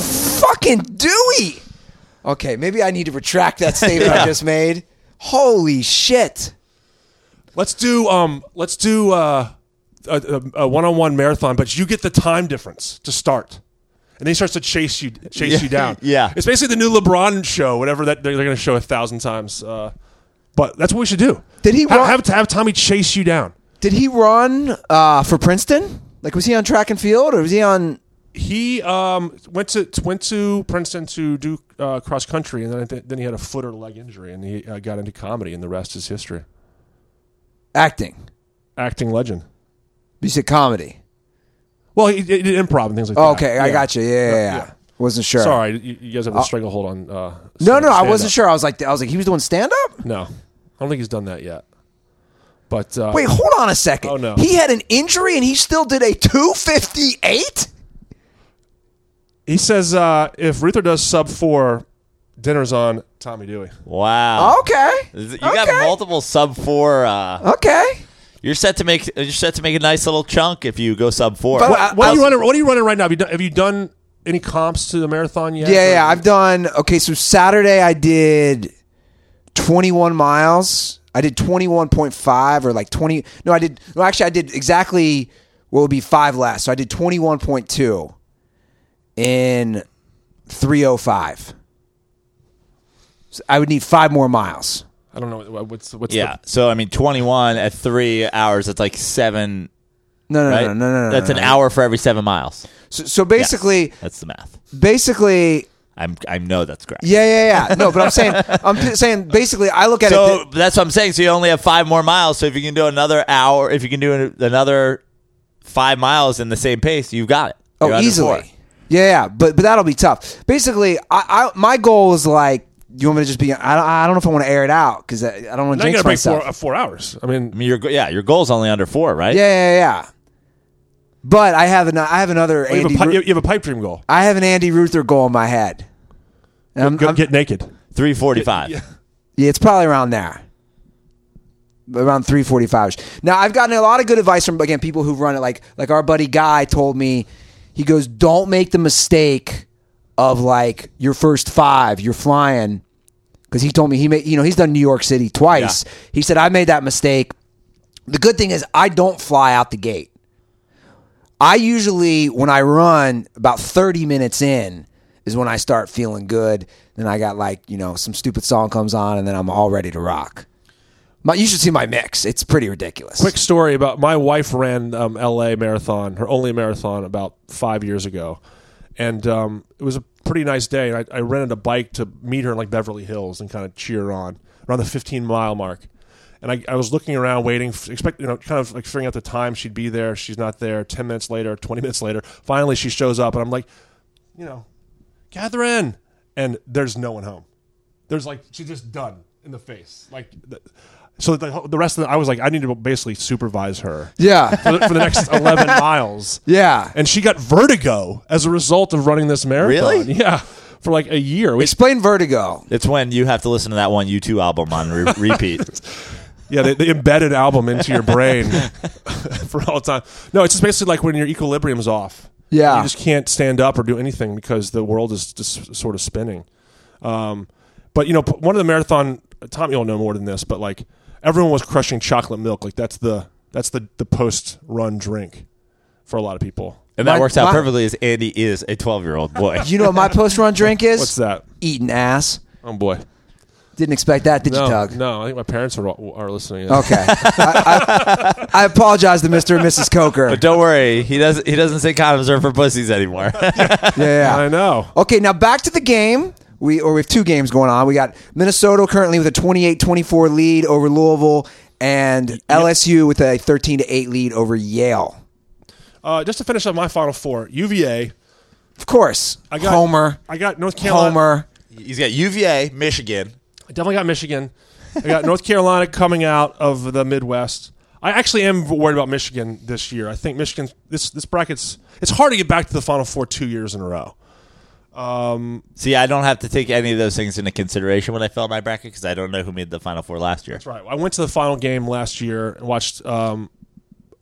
B: Fucking Dewey. Okay, maybe I need to retract that statement I just made. Holy shit.
D: Let's do um. Let's do uh, a, a, a one-on-one marathon, but you get the time difference to start, and then he starts to chase you, chase
C: Yeah,
D: you down.
C: yeah.
D: it's basically the new LeBron show, whatever that they're, going to show a thousand times. Uh, but that's what we should do.
B: Did he
D: have,
B: run-
D: have, have Tommy chase you down?
B: Did he run uh, for Princeton? Like, was he on track and field or was he on.
D: He um went to went to Princeton to do uh, cross country, and then I thi- then he had a foot or leg injury, and he uh, got into comedy, and the rest is history.
B: Acting.
D: Acting legend.
B: You said comedy.
D: Well, he, he did improv and things like
B: Oh,
D: that.
B: okay, I
D: Yeah.
B: got you. Yeah, yeah, yeah.
D: yeah.
B: Wasn't sure.
D: Sorry, you, you guys have a stranglehold on. Uh,
B: No, no, I
D: stand-up.
B: wasn't sure. I was like, I was like, he was doing stand up.
D: No, I don't think he's done that yet. But uh,
B: Wait, hold on a second.
D: Oh, no.
B: He had an injury and he still did a two fifty eight.
D: he says uh, if Ruther does sub four, dinner's on Tommy Dewey.
C: Wow.
B: Okay,
C: You got
B: Oh, okay.
C: multiple sub four. Uh,
B: Okay,
C: you're set to make. You're set to make a nice little chunk if you go sub four.
B: But uh,
D: What,
B: I-
D: what are
B: I-
D: you running? What are you running right now? Have you done, have you done any comps to the marathon yet?
B: Yeah, yeah.
D: Or-
B: I've done okay. So Saturday I did twenty one miles. I did twenty one point five or like twenty. No, I did. No, actually, I did exactly what would be five less. So I did twenty one point two in three oh five. I would need five more miles.
D: I don't know what- what's what's
C: Yeah.
D: the,
C: So I mean, 21 at three hours. That's like seven.
B: No, no,
C: Right?
B: no, no, no, no.
C: That's
B: no,
C: an
B: no.
C: hour for every seven miles.
B: So, so basically,
C: Yes, that's the math.
B: basically,
C: I'm I know that's correct.
B: yeah, yeah, yeah. No, but I'm saying, I'm t- saying, basically, I look at it.
C: So that's what I'm saying. So you only have five more miles. So if you can do another hour, if you can do an- another five miles in the same pace, you've got it. You're
B: Oh,
C: under four.
B: easily. Yeah, yeah, but but that'll be tough. Basically, I, I my goal is like, you want me to just be? I, I don't know if I want to air it out because I, I don't want
D: I'm
B: to jinx
D: not gonna break
B: myself.
D: four, uh, four hours. I mean,
C: I mean, your go- yeah, your goal's only under four, right?
B: yeah, yeah, yeah. But I have an I have another
D: you have,
B: Andy.
D: a, pi-
B: Ru-
D: you you have a pipe dream goal.
B: I have an Andy Ruther goal in my head. And I'm-
D: Go
B: I'm-
D: get naked.
C: three forty-five.
B: yeah, it's probably around there, around three forty-five. Now I've gotten a lot of good advice from again people who run it. Like like our buddy Guy told me, he goes, "Don't make the mistake of like your first five. You're flying." Because he told me he made, you know, he's done New York City twice.
C: Yeah.
B: He said, I made that mistake. The good thing is, I don't fly out the gate. I usually, when I run, about 30 minutes in is when I start feeling good. Then I got like, you know, some stupid song comes on and then I'm all ready to rock. My, you should see my mix. It's pretty ridiculous.
D: Quick story about my wife ran um, L.A. marathon, her only marathon, about five years ago, and um, it was a pretty nice day. And I, I rented a bike to meet her in like Beverly Hills and kind of cheer her on around the 15 mile mark. And I, I was looking around, waiting, f- expect you know, kind of like figuring out the time she'd be there. She's not there. Ten minutes later, 20 minutes later, finally she shows up, and I'm like, you know, Catherine, and there's no one home. There's like she's just done in the face, like. The, so the, whole- the rest of the, I was like, I need to basically supervise her
B: Yeah.
D: for the, for the next eleven miles.
B: Yeah.
D: and she got vertigo as a result of running this marathon.
C: Really?
D: Yeah, for like a year. We-
B: Explain vertigo.
C: It's when you have to listen to that one U2 album on re- repeat.
D: yeah, they, they embedded album into your brain for all time. No, it's just basically like when your equilibrium's off.
B: Yeah.
D: you just can't stand up or do anything because the world is just sort of spinning. Um, but you know, p- one of the marathon, Tom, you'll know more than this, but like everyone was crushing chocolate milk. Like that's the that's the the post run drink for a lot of people.
C: And that
B: My-
C: works out
B: my-
C: perfectly as Andy is a 12 year old boy.
B: You know what my post run drink is?
D: What's that?
B: Eating ass.
D: Oh boy.
B: Didn't expect that, did you,
D: No,
B: Doug?
D: no, I think my parents are are listening.
B: Okay. I, I, I apologize to Mr. and Mrs. Coker.
C: but don't worry, he doesn't he doesn't say condoms are for pussies anymore.
B: Yeah, yeah.
D: I know.
B: Okay, now back to the game. We or we have two games going on. We got Minnesota currently with a 28-24 lead over Louisville and LSU with a 13 to 8 lead over Yale.
D: Uh, just to finish up my final four, UVA.
B: Of course.
D: I got
B: Homer.
D: I got North Carolina.
B: Homer.
C: He's got UVA, Michigan.
D: I definitely got Michigan. I got North Carolina coming out of the Midwest. I actually am worried about Michigan this year. I think Michigan this this brackets it's hard to get back to the Final Four two years in a row.
C: See, I don't have to take any of those things into consideration when I fill out my bracket because I don't know who made the final four last year.
D: That's right. I went to the final game last year and watched um,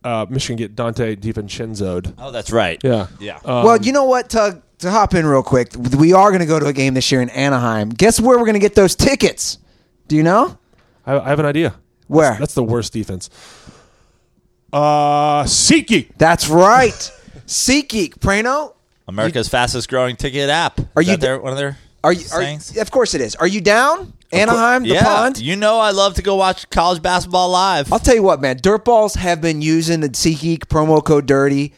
D: uh, Michigan get Dante DiVincenzo'd.
C: Oh, that's right.
D: Yeah.
C: Yeah.
D: Um,
B: well, you know what, Tug? To hop in real quick, we are going to go to a game this year in Anaheim. Guess where we're going to get those tickets? Do you know?
D: I, I have an idea.
B: Where?
D: That's, that's the worst defense. Uh, SeatGeek.
B: That's right. SeatGeek, Prano.
C: America's fastest growing ticket app. Are
B: you
C: you
B: d-
C: there? One of their
B: Are you? Are,
C: sayings?
B: of course it is. Are you down? Anaheim, the
C: yeah.
B: pond.
C: You know I love to go watch college basketball live.
B: I'll tell you what, man. Dirtballs have been using the SeatGeek promo code Dirty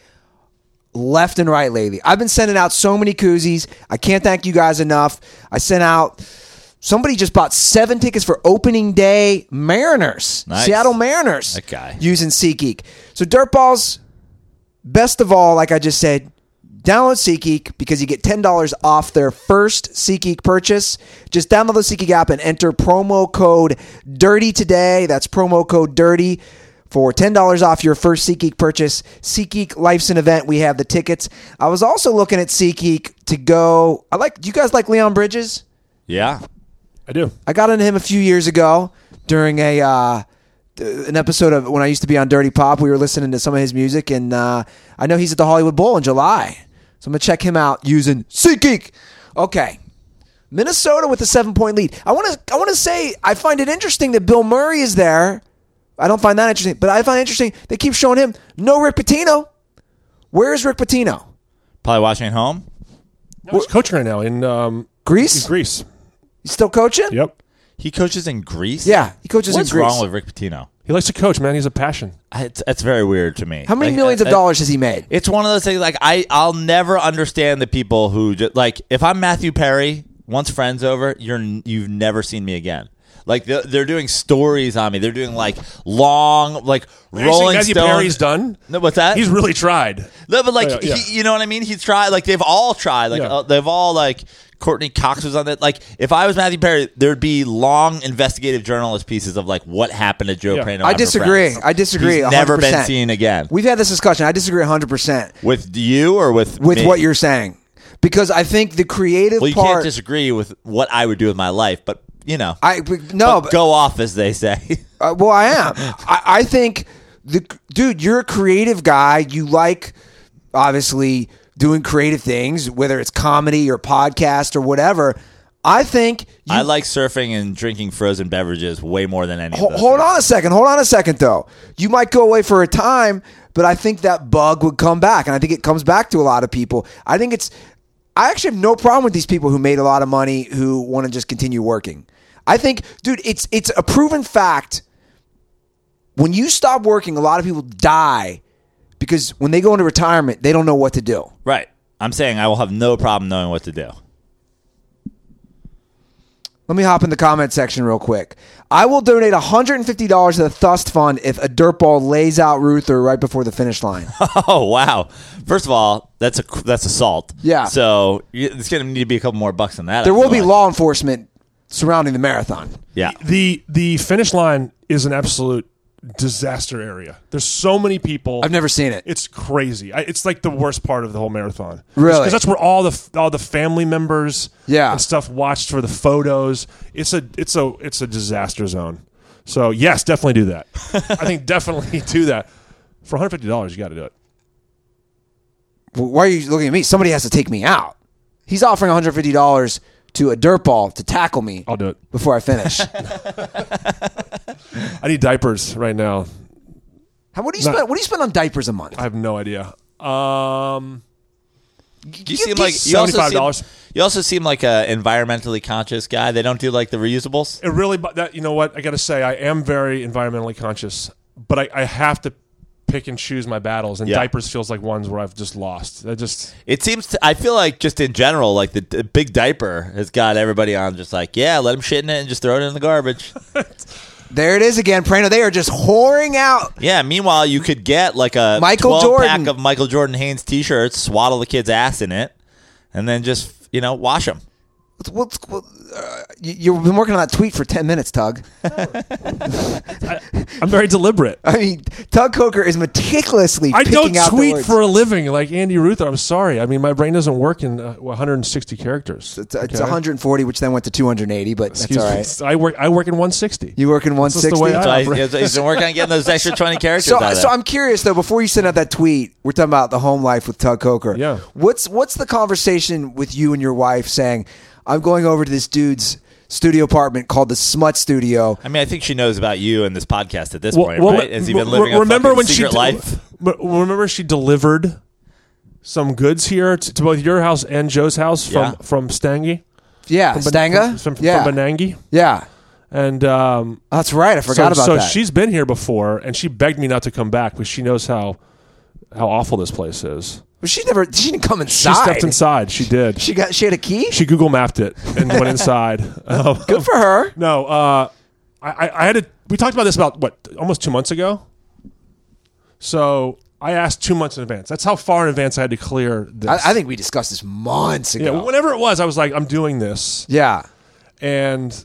B: left and right lately. I've been sending out so many koozies. I can't thank you guys enough. I sent out. Somebody just bought seven tickets for opening day Mariners,
C: Nice.
B: Seattle Mariners.
C: That guy.
B: using SeatGeek. So Dirtballs, best of all, like I just said, download SeatGeek because you get ten dollars off their first SeatGeek purchase. Just download the SeatGeek app and enter promo code Dirty today. That's promo code Dirty for ten dollars off your first SeatGeek purchase. SeatGeek Life's an event. We have the tickets. I was also looking at SeatGeek to go. I like. Do you guys like Leon Bridges?
C: yeah.
D: I do.
B: I got into him a few years ago during a uh, d- an episode of when I used to be on Dirty Pop. We were listening to some of his music, and uh, I know he's at the Hollywood Bowl in July, so I'm gonna check him out using SeatGeek. Okay, Minnesota with a seven point lead. I want to I want to say I find it interesting that Bill Murray is there. I don't find that interesting, but I find it interesting they keep showing him no Rick Pitino. Where is Rick Pitino?
C: Probably watching at home.
D: No, he's coaching right now in um,
B: Greece?
D: Greece.
B: He's still coaching?
D: Yep.
C: He coaches in Greece.
B: Yeah, he coaches in
C: What's
B: Greece.
C: wrong with Rick Pitino?
D: He likes to coach, man. He's a passion.
C: It's, that's very weird to me.
B: How many
C: Like,
B: millions of
C: I- I-
B: dollars has he made?
C: It's one of those things. Like I, I'll never understand the people who just like. If I'm Matthew Perry, once friends over, you're you've never seen me again. Like they're, they're doing stories on me. They're doing like long, like
D: you think
C: Rolling
D: Matthew
C: Stone-
D: Perry's done?
C: No, what's
B: Uh,
C: that?
D: He's really tried.
C: No, but like
D: Oh, yeah, yeah.
C: He, you know what I mean. He's tried. Like they've all tried. Like
D: Yeah.
C: uh, they've all like Courtney Cox was on that. Like if I was Matthew Perry, there'd be long investigative journalist pieces of like what happened to Joe
D: Yeah.
C: Prano.
B: I
C: after
B: disagree.
C: Friends.
B: I disagree.
C: He's
B: 100%.
C: never been seen again
B: We've had this discussion. I disagree 100%
C: with you or with
B: with
C: me?
B: what you're saying because I think the creative
C: Well, you
B: part.
C: can't disagree with what I would do with my life, but you know,
B: I but no,
C: but
B: but,
C: go off as they say.
B: uh, well, I am. I, I think the dude, you're a creative guy. You like obviously doing creative things, whether it's comedy or podcast or whatever. I think you
C: I like surfing and drinking frozen beverages way more than any. of
B: Ho-
C: those
B: hold
C: things.
B: on a second. Hold on a second, though. You might go away for a time, but I think that bug would come back, and I think it comes back to a lot of people. I think it's. I actually have no problem with these people who made a lot of money who want to just continue working. I think, dude, it's it's a proven fact. When you stop working, a lot of people die because when they go into retirement, they don't know what to do.
C: Right. I'm saying I will have no problem knowing what to do.
B: Let me hop in the comment section real quick. I will donate $150 to the Thust Fund if a dirtball lays out Ruther right before the finish line.
C: Oh wow! First of all, that's a that's assault.
B: Yeah.
C: So you- it's going to need to be a couple more bucks than that. I
B: There will
C: feel
B: be
C: like.
B: law enforcement surrounding the marathon.
C: Yeah.
D: The the finish line is an absolute disaster area. There's so many people.
B: I've never seen it.
D: It's crazy. I, it's like the worst part of the whole marathon.
B: Really?
D: because that's where all the all the family members,
B: Yeah.
D: and stuff watched for the photos. It's a it's a it's a disaster zone. So yes, definitely do that. I think definitely do that. For 150 dollars, you got to do it.
B: W- Why are you looking at me? Somebody has to take me out. He's offering $150 to a dirt ball to tackle me
D: I'll do it.
B: before I finish.
D: I need diapers right now.
B: How, what do you spend? What do you spend on diapers a month?
D: I have no idea. Um,
C: You,
B: You
C: seem
B: get
C: like you also
D: $75.
C: seem, you also seem like a environmentally conscious guy. They don't do like the reusables.
D: it really, but that you know what I got to say, I am very environmentally conscious, but I, I have to pick and choose my battles, and
C: Yeah.
D: diapers feels like ones where I've just lost. I just
C: It seems. To, I feel like just in general, like the, the big diaper has got everybody on. Just like yeah, let them shit in it and just throw it in the garbage.
B: There it is again, Prano. They are just whoring out.
C: yeah. Meanwhile, you could get like a
B: Michael
C: 12
B: Jordan.
C: pack of Michael Jordan Haynes T-shirts, swaddle the kid's ass in it, and then just you know wash them.
B: What's, what, uh, you- you've been working on that tweet for 10 minutes, Tug.
D: I'm very deliberate.
B: I mean, Tug Coker is meticulously
D: I
B: picking
D: don't
B: out the
D: tweet
B: words.
D: for a living like Andy Ruther. I'm sorry. I mean, my brain doesn't work in uh, 160 characters.
B: It's, it's
D: Okay?
B: 140, which then went to 280, but
D: Excuse
B: that's all right.
D: me. I work. I work in 160.
B: You work in
D: just the
B: 160?
D: way I
C: So I,
D: Yeah.
C: he's been working on getting those extra twenty characters.
B: So,
C: out of
B: so
C: there.
B: I'm curious though. Before you send out that tweet, we're talking about the home life with Tug Coker.
D: Yeah.
B: What's what's the conversation with you and your wife saying? I'm going over to this dude's studio apartment called the Smut Studio.
C: I mean, I think she knows about you and this podcast at this
D: Well-
C: point,
D: well,
C: right? Has he been
D: re-
C: living a
D: remember
C: fucking
D: when
C: secret
D: she de-
C: life?
D: re- remember she delivered some goods here to, to both your house and Joe's house from
C: Yeah.
D: from Stangy,
B: Yeah,
D: From Ban-
B: Stanga.
D: from, from,
B: yeah,
D: from Benangi,
B: yeah.
D: and um,
B: Oh, that's right. I forgot
D: so,
B: about
D: so
B: that.
D: she's been here before, and she begged me not to come back because she knows how how awful this place is.
B: but she never. She didn't come
D: She
B: inside.
D: stepped inside. She did. She,
B: She got. She had a key.
D: Google mapped it and went inside. Um,
B: Good for her.
D: No, uh, I, I- I had to. We talked about this about what almost two months ago. So I asked two months in advance. That's how far in advance I had to clear this.
B: I, I think we discussed this months
D: yeah,
B: ago.
D: whenever it was, I was like, I'm doing this,
B: yeah.
D: and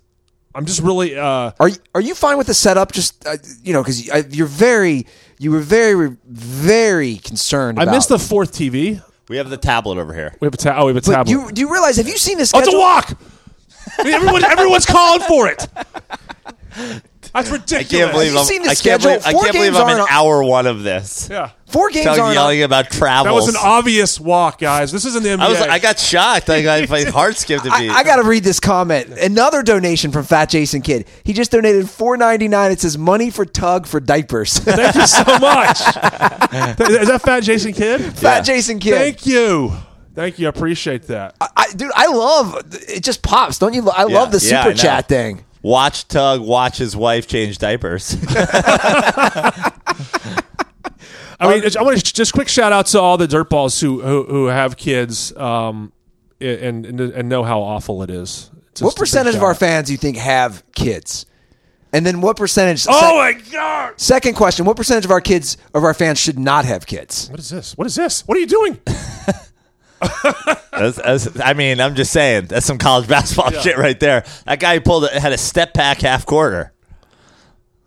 D: I'm just really. Uh,
B: Are you, are you fine with the setup? Just uh, you know, because you're very, you were very, very concerned.
D: I
B: about
D: missed the fourth TV.
C: We have the tablet over here.
D: We have a ta- oh, we have a
B: But
D: tablet.
B: you do you realize? Have you seen this?
D: oh, it's a walk. I mean, everyone, everyone's calling for it. That's ridiculous.
C: Can't believe
B: you
C: I'm,
B: seen the
C: I can't
B: schedule?
C: believe, I
B: Four
C: can't believe
B: games
C: I'm in
B: aren't-
C: hour one of this.
D: Yeah,
B: Four games
C: Doug
B: on.
C: yelling about
D: that
C: travel.
D: was an obvious walk, guys. This isn't the NBA.
C: I was I got shocked. I got my heart skipped a
B: I,
C: beat.
B: I got to read this comment. Another donation from Fat Jason Kidd. He just donated four ninety nine. It says money for Tug for diapers. Fat
D: Thank you so much. Th- Is that Fat Jason Kidd?
B: Jason Kidd.
D: Thank you. Thank you. I appreciate that.
B: I, dude, I love it. Just pops, don't you? lo- I
C: Yeah,
B: love the super
C: yeah, I know.
B: chat thing.
C: watch Tug watch his wife change diapers.
D: I mean, it's- I want to just quick shout out to all the dirtballs who who, who have kids um, and, and and know how awful it is. Just a
B: What
D: big
B: percentage of
D: shout
B: our
D: out.
B: fans do you think have kids? And then what percentage?
D: Oh
B: se-
D: my god!
B: second question: What percentage of our kids of our fans should not have kids?
D: What is this? What is this? What are you doing?
C: That's- that's- I mean, I'm just saying that's some college basketball shit right there. That guy pulled a, had a step back half quarter.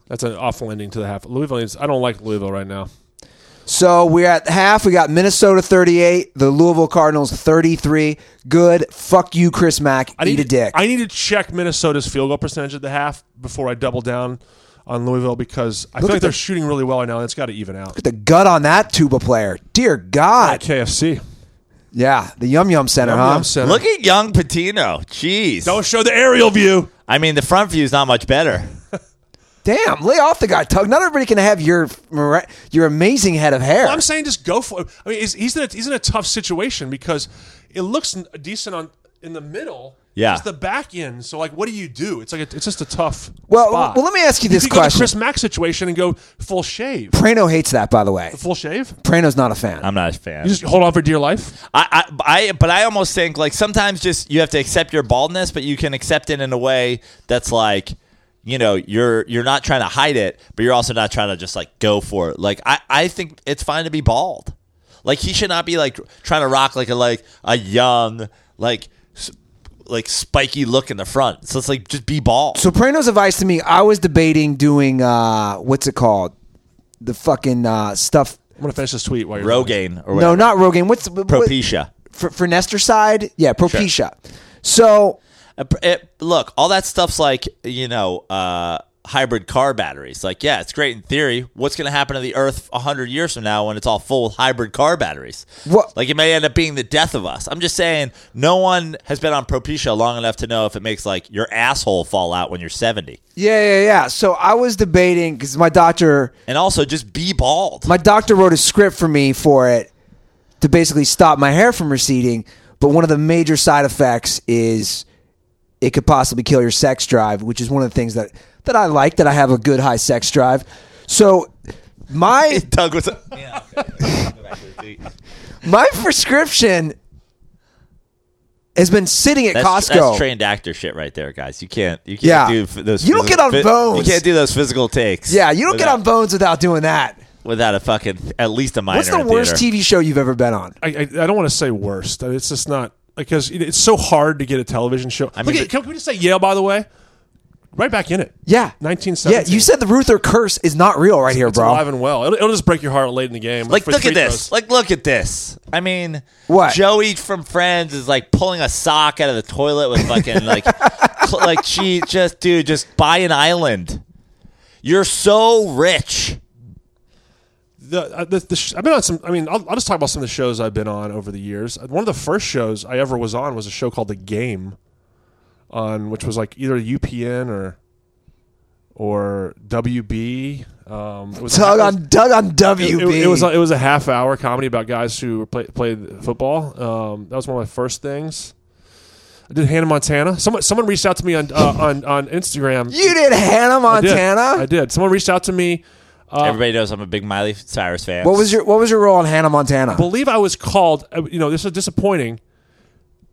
D: That's an awful ending to the half. Louisville. Is, I don't like Louisville right now.
B: So we're at half. We got Minnesota 38, the Louisville Cardinals 33. Good. Fuck you, Chris Mack.
D: I
B: Eat
D: need
B: a dick.
D: I need to check Minnesota's field goal percentage at the half before I double down on Louisville because I feel
B: at
D: like
B: the-
D: they're shooting really well right now. That's got to even out.
B: the gut on that tuba player. Dear God. Uh-huh.
D: KFC.
B: Yeah, the Yum Yum Center, huh?
D: Yum Center.
C: Look at young Patino. Jeez.
D: Don't show the aerial view.
C: I mean, the front view's not much better.
B: Damn, lay off the guy, Tug. Not everybody can have your mira- your amazing head of hair.
D: Well, I'm saying just go for it. I mean, he's, he's, in a, he's in a tough situation because it looks n- decent on in the middle.
C: Yeah.
D: It's the back end. So, like, what do you do? It's like a, it's just a tough.
B: well,
D: spot.
B: well, let me ask you
D: You
B: this
D: could go to
B: question.
D: Chris Mack situation and go full shave.
B: Prano hates that, by the way.
D: Full shave?
B: Prano's not a fan.
C: I'm not a fan.
D: You just hold on for dear life.
C: I, I, I, but I almost think like sometimes just you have to accept your baldness, but you can accept it in a way that's like, you know, you're you're not trying to hide it, but you're also not trying to just like go for it. Like I, I think it's fine to be bald. Like he should not be like trying to rock like a like a young like s- like spiky look in the front. So it's like just be bald.
B: So Prano's advice to me, I was debating doing uh, what's it called? The fucking uh, stuff.
D: I'm going to finish this tweet while you're
C: Rogaine or
B: No,
C: whatever.
B: not Rogaine. What's what-
C: Propecia.
B: for, for Nestor side? Yeah, Propecia. So
C: Uh, pr- it- look, all that stuff's like you know uh, hybrid car batteries. Like, yeah, it's great in theory. What's going to happen to the Earth hundred years from now when it's all full of hybrid car batteries?
B: What-
C: Like, it may end up being the death of us. I'm just saying, no one has been on Propecia long enough to know if it makes like your asshole fall out when you're 70.
B: yeah, yeah, yeah. So I was debating because my doctor,
C: And also, just be bald.
B: my doctor wrote a script for me for it to basically stop my hair from receding. But one of the major side effects is it could possibly kill your sex drive, which is one of the things that that I like that I have a good high sex drive. So my
C: Doug was. Yeah.
B: my prescription has been sitting at
C: That's,
B: Costco.
C: that's trained actor shit right there, guys. You can't. You can't
B: Yeah.
C: do f- those.
B: You don't
C: phys-
B: get on
C: fi-
B: bones.
C: You can't do those physical takes.
B: yeah, you don't get
C: without-
B: on bones without doing that.
C: without a fucking at least a minor.
B: What's the
C: in
B: worst
C: theater.
B: TV show you've ever been on?
D: I, I, I don't want to say worst. I mean, It's just not because it- it's so hard to get a television show. I
C: mean,
D: mean,
C: but-
D: can, can we just say Yale? By the way, right back in it.
B: Yeah,
D: 1917.
B: Yeah, you said the Ruther curse is not real right here,
D: it's
B: bro.
D: alive and well. It'll, it'll just break your heart late in the game.
C: Like,
D: For
C: look
D: free
C: at this.
D: throws.
C: Like, look at this. I mean,
B: What?
C: Joey from Friends is like pulling a sock out of the toilet with fucking like, cl- like she just, dude, just buy an island. You're so rich.
D: the, uh, the, the sh- I've been on some. I mean, I'll, I'll just talk about some of the shows I've been on over the years. Uh, One of the first shows I ever was on was a show called The Game, on which was like either UPN or or WB. Um, it was a-
B: Doug
D: it was-
B: on Doug on
D: it,
B: WB.
D: it- it was a- it was a half hour comedy about guys who were play, played football. Um, that was one of my first things. I did Hannah Montana. Someone someone reached out to me on uh, on on Instagram.
B: you did Hannah
D: I did.
B: Montana.
D: I did. Someone reached out to me.
C: Everybody knows I'm a big Miley Cyrus fan.
B: Uh, What was your What was your role on Hannah Montana?
D: believe I was called. uh, You know, this is disappointing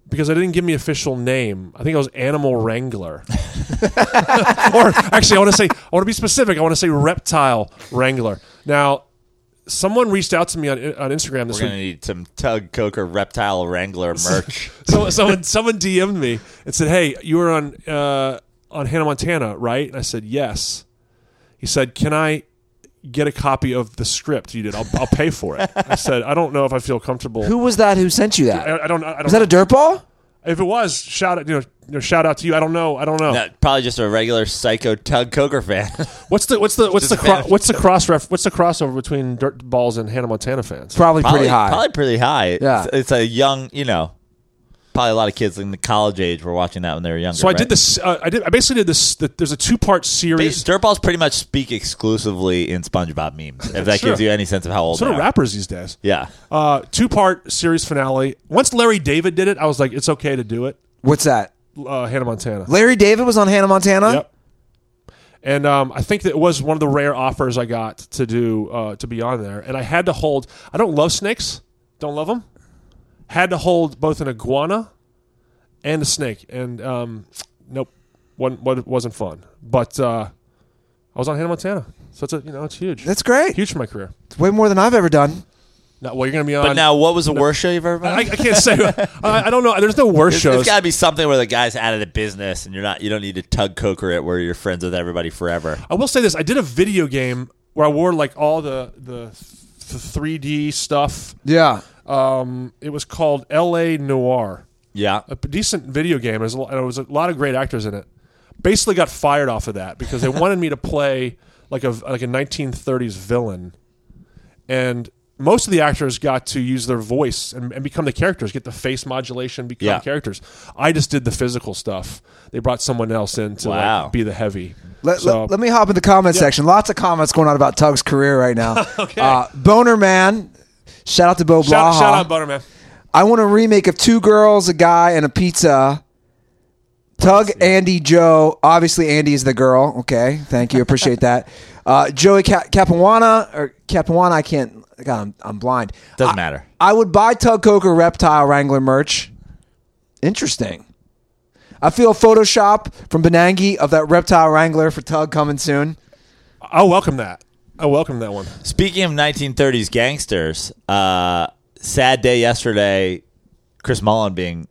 D: because I didn't give me official name. I think I was Animal Wrangler, or actually, I want to say I want to be specific. I want to say Reptile Wrangler. Now, someone reached out to me on on Instagram this
C: We're gonna
D: week.
C: need some Tug Coker Reptile Wrangler merch.
D: So, someone someone DM'd me and said, "Hey, you were on uh, on Hannah Montana, right?" And I said, "Yes." He said, "Can I?" Get a copy of the script you did. I'll, I'll pay for it. I said, I don't know if I feel comfortable.
B: who was that? Who sent you that?
D: I, I don't. I don't
B: Was that a dirtball?
D: If it was, shout out, you know, you know, shout out to you. I don't know. I don't know.
B: Oh.
C: No, probably just a regular psycho Tug Coker fan.
D: What's the what's the what's the
C: Just
D: cro-
C: vanished.
D: what's the cross ref? What's the crossover between Dirt Balls and Hannah Montana fans?
B: Probably,
C: probably
B: pretty high.
C: Probably pretty high.
B: Yeah.
C: It's, it's a young, you know, probably a lot of kids in the college age were watching that when they were younger.
D: so I
C: right?
D: did this. Uh, I did. I basically did this. The, there's a two part
C: Ba-
D: series.
C: Dirtballs pretty much speak exclusively in SpongeBob memes. If that
D: Sure.
C: gives you any sense of how old
D: Sort
C: they
D: of
C: are.
D: rappers these days.
C: Yeah.
D: Uh, two part series finale. Once Larry David did it, I was like, it's okay to do it.
B: What's that?
D: Uh, Hannah Montana.
B: Larry David was on Hannah Montana.
D: Yep. And um, I think that it was one of the rare offers I got to do uh, to be on there. And I had to hold. I don't love snakes. Don't love them. Had to hold both an iguana and a snake. And um, nope, wasn't wa- wasn't fun. But uh, I was on Hannah Montana, so it's a, you know it's huge.
B: That's great.
D: huge for my career.
B: It's way more than I've ever done.
D: Now, well, you're gonna be on.
C: But now, what was the worst show you've ever been?
D: I, I
C: on?
D: can't say. I, I don't know. There's no worse
C: There's-
D: shows.
C: there's got to be something where the guy's out of the business, and you're not. You don't need to tug coker at where you're friends with everybody forever.
D: I will say this: I did a video game where I wore like all the the th- 3D stuff.
B: Yeah.
D: Um, it was called L.A. Noir,
C: Yeah,
D: a p- decent video game. There's a lo- and there was a lot of great actors in it. Basically, got fired off of that because they wanted me to play like a like a 1930s villain, and most of the actors got to use their voice and, and become the characters, get the face modulation, become
C: Yeah.
D: characters. I just did the physical stuff. They brought someone else in to
C: Wow.
D: like, be the heavy.
B: Let,
D: So-
B: let, let me hop in the comment section. Lots of comments going on about Tug's career right now. uh, Boner Man, shout out to Bo
D: Shout,
B: Blaha.
D: shout out Butterman.
B: I want a remake of Two Girls, a Guy, and a Pizza. Tug, Andy, Joe. Obviously, Andy is the girl. Okay, thank you. Appreciate that. Uh, Joey Ca- Capuana or Capuana. I can't. God, I'm, I'm blind.
C: doesn't
B: I-
C: matter.
B: I would buy Tug Coker Reptile Wrangler merch. Interesting. I feel Photoshop from Benangi of that Reptile Wrangler for Tug coming soon.
D: I'll welcome that. I welcome that one.
C: Speaking of 1930s gangsters, uh, sad day yesterday. Chris Mullen being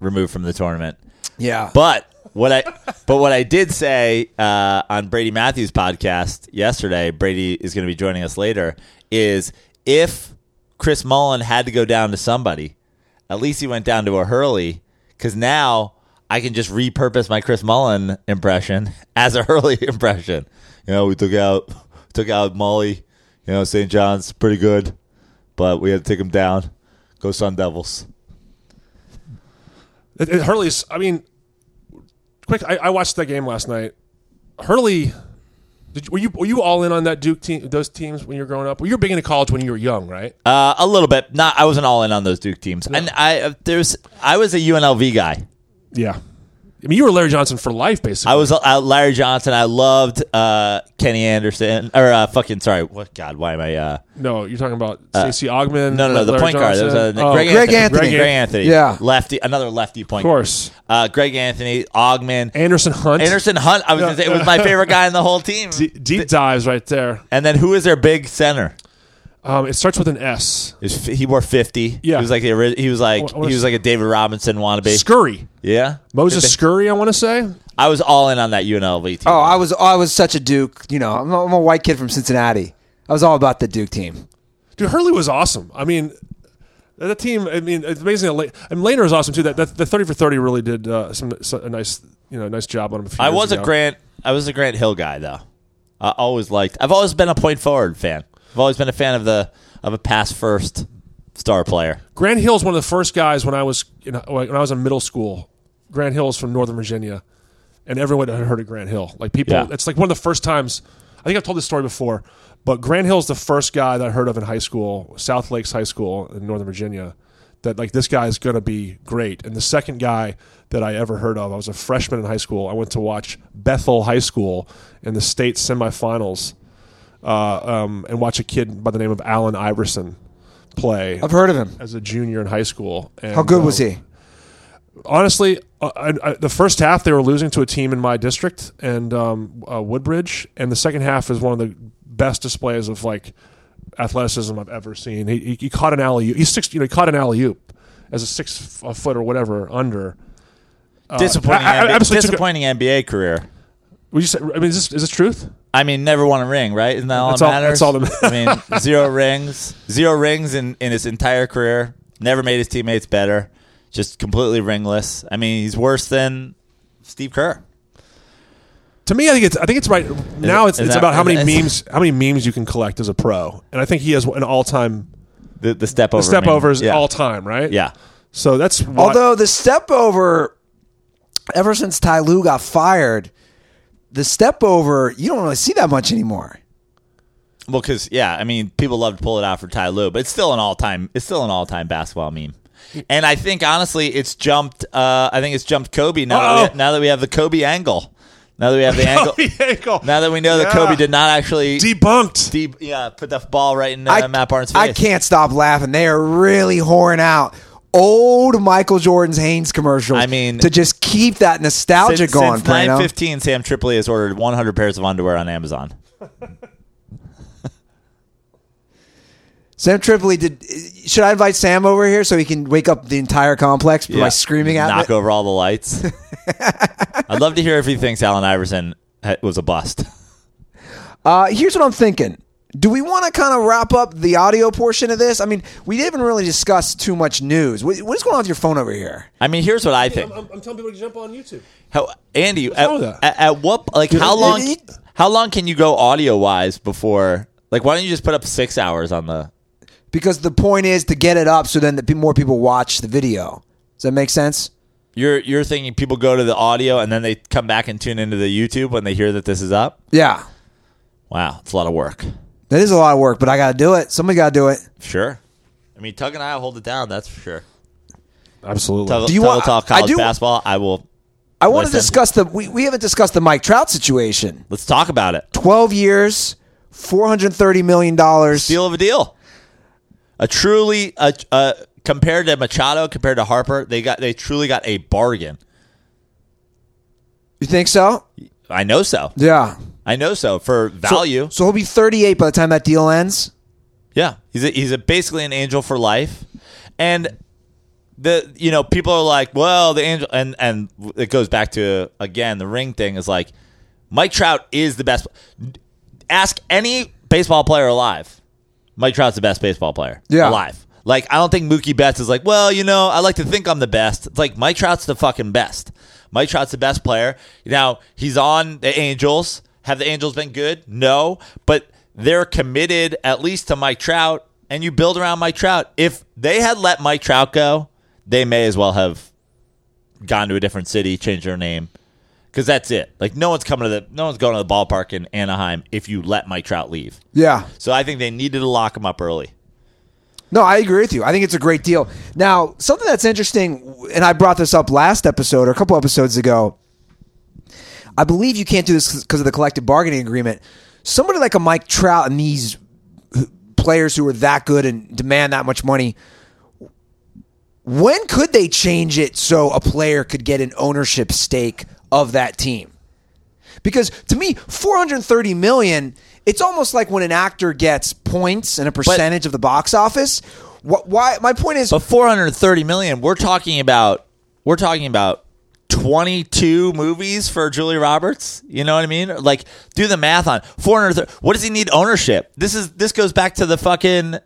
C: removed from the tournament.
B: Yeah.
C: But what I but what I did say uh, on Brady Matthews' podcast yesterday, Brady is going to be joining us later. Is if Chris Mullen had to go down to somebody, at least he went down to a Hurley because now I can just repurpose my Chris Mullen impression as a Hurley impression. You know, we took out took out Molly. You know, St. John's pretty good, but we had to take him down. Go Sun Devils.
D: It, it- Hurley's. I mean, quick. I, I watched that game last night. Hurley. Did, you- were you were you all in on that Duke team? Those teams when you were growing up. Well, you were big into college when you were young, right?
C: Uh, a little bit. Not. I wasn't all in on those Duke teams. And I uh, there's. I was a UNLV guy.
D: Yeah. I mean, you were Larry Johnson for life, basically.
C: I was uh, Larry Johnson. I loved uh, Kenny Anderson. Or uh, fucking sorry. What God? Why am I? Uh,
D: no, you're talking about Stacey Ogman.
C: no, no, no. The
D: Larry
C: point guard. There's
D: Johnson.
C: a,
D: Oh,
C: Greg,
B: Greg
C: Anthony.
B: Anthony.
C: Greg Anthony.
B: Yeah.
C: Lefty. Another lefty
D: of
C: point.
D: course.
C: Uh, Greg Anthony. Ogman.
D: Anderson Hunt.
C: Anderson Hunt. I was gonna say it was my favorite guy in the whole team.
D: D- deep dives right there.
C: And then who is their big center?
D: Um, it starts with an S.
C: It was, he wore fifty.
D: Yeah.
C: He was like the ori- he was like
D: What-
C: he
D: what is-
C: was like a David Robinson wannabe.
D: Scurry.
C: yeah.
D: Moses Scurry. I want to say.
C: I was all in on that UNLV team.
B: Oh, I was I was such a Duke. You know, I'm a, I'm a white kid from Cincinnati. I was all about the Duke team.
D: Dude, Hurley was awesome. I mean, that team. I mean, it's amazing. That La- and Laner is awesome too. That, that the thirty for thirty really did uh, some, so- a nice, you know, nice job on him. A few
C: I
D: years
C: was a
D: ago.
C: Grant. I was a Grant Hill guy though. I always liked. I've always been a point forward fan. I've always been a fan of the of a pass first star player.
D: Grant Hill's one of the first guys when I was you know, when I was in middle school. Grant Hill's from Northern Virginia, and everyone had heard of Grant Hill. Like people,
C: Yeah.
D: it's like one of the first times. I think I've told this story before, but Grant Hill's the first guy that I heard of in high school, South Lakes High School in Northern Virginia. That like this guy is gonna be great, and the second guy that I ever heard of, I was a freshman in high school. I went to watch Bethel High School in the state semifinals, uh, um, and watch a kid by the name of Allen Iverson play
B: I've heard of him.
D: as a junior in high school. And,
B: How good was
D: uh,
B: he?
D: Honestly, uh, I, I, the first half they were losing to a team in my district and um, uh, Woodbridge, and the second half is one of the best displays of like athleticism I've ever seen. He, he, he caught an alley oop. He's six. You know, he caught an alley oop as a six f- foot or whatever under.
C: disappointing.
D: Uh, I- I- I
C: NBA,
D: absolutely took-
C: disappointing NBA career.
D: Would you say? I mean, is this, is this truth?
C: I mean, never won a ring, right? Isn't that all
D: That's
C: that
D: all-
C: matters?
D: that's all that
C: I mean, zero rings, zero rings in, in his entire career. Never made his teammates better. Just completely ringless. I mean, he's worse than Steve Kerr.
D: To me, I think it's I think it's right now.
C: it-
D: it's
C: is
D: it's
C: that-
D: about how many
C: is that-
D: memes how many memes you can collect as a pro, and I think he has an all time
C: The, the step over.
D: step
C: meme.
D: overs
C: yeah.
D: all time, right?
C: Yeah.
D: So that's why-
B: Although the step over, ever since Ty Lue got fired, the step over you don't really see that much anymore.
C: Well, because yeah, I mean, people love to pull it out for Ty Lue, but it's still an all-time. It's still an all-time basketball meme. And I think honestly, it's jumped. Uh, I think it's jumped Kobe now. That we,
D: Uh-oh.
C: now that we have the Kobe angle, Now that we have the
B: Oh,
C: angle,
D: Kobe ankle.
C: now that we know that
D: Yeah.
C: Kobe did not actually
D: Debunked.
C: deep, yeah, put the ball right in uh, Matt Barnes' face.
B: I can't stop laughing. They are really whoring out old Michael Jordan's Haynes commercials.
C: I mean-
B: to just keep that nostalgia
C: Since,
B: going.
C: since
B: Plano.
C: 9:15, Sam Tripoli has ordered 100 pairs of underwear on Amazon.
B: Sam Tripoli did. Should I invite Sam over here so he can wake up the entire complex by screaming at
C: knock
B: me?
C: over all the lights. I'd love to hear if he thinks Allen Iverson ha- was a bust.
B: Uh, here's what I'm thinking. Do we want to kind of wrap up the audio portion of this? I mean, we didn't really discuss too much news. What, what is going on with your phone over here?
C: I mean, here's what I think.
D: I'm, I'm telling people to jump on YouTube.
C: How, Andy,
D: wrong with
C: at,
D: that?
C: at, at what like how
B: it-
C: long
B: it-
C: how long can you go audio wise before like why don't you just put up six hours on the
B: Because the point is to get it up so then that pe- more people watch the video. Does that make sense?
C: you're you're thinking people go to the audio and then they come back and tune into the YouTube when they hear that this is up?
B: Yeah.
C: Wow, it's a lot of work.
B: That is a lot of work, but I got to do it. Somebody got to do it.
C: Sure. I mean, Tug and I will hold it down. That's for sure.
D: Absolutely.
C: Tug,
B: Do you
C: Tug
B: want-
C: will talk
B: I
C: college
B: do-
C: basketball. I will.
B: I want to
C: Listen.
B: discuss the we, we haven't discussed the Mike Trout situation.
C: Let's talk about it.
B: 12 years, 430 million dollars.
C: Deal of a deal. A truly a, a compared to Machado, compared to Harper, they got they truly got a bargain.
B: You think so?
C: I know so.
B: Yeah.
C: I know so for
B: So-
C: value.
B: So he'll be 38 by the time that deal ends.
C: Yeah, he's a, he's a basically an angel for life, and the you know people are like, well, the angel, and and it goes back to again the ring thing is like, Mike Trout is the best. Ask any baseball player alive, Mike Trout's the best baseball player
B: Yeah.
C: alive. Like I don't think Mookie Betts is like, well, you know, I like to think I'm the best. It's like Mike Trout's the fucking best. Mike Trout's the best player. Now he's on the Angels. Have the Angels been good? No, but they're committed at least to Mike Trout, and you build around Mike Trout. If they had let Mike Trout go, they may as well have gone to a different city, changed their name, because that's it. Like no one's coming to the, no one's going to the ballpark in Anaheim if you let Mike Trout leave.
B: Yeah.
C: So I think they needed to lock him up early.
B: No, I agree with you. I think it's a great deal. Now, something that's interesting, and I brought this up last episode or a couple episodes ago. I believe you can't do this because of the collective bargaining agreement. Somebody like a Mike Trout and these h- players who are that good and demand that much money, when could they change it so a player could get an ownership stake of that team? Because to me, 430 million, it's almost like when an actor gets points and a percentage of the box office. Wh- Why? My point is,
C: But 430 million, we're talking about we're talking about 22 movies for Julie Roberts. You know what I mean? Like do the math on 430 What does he need ownership? This is this goes back to the fucking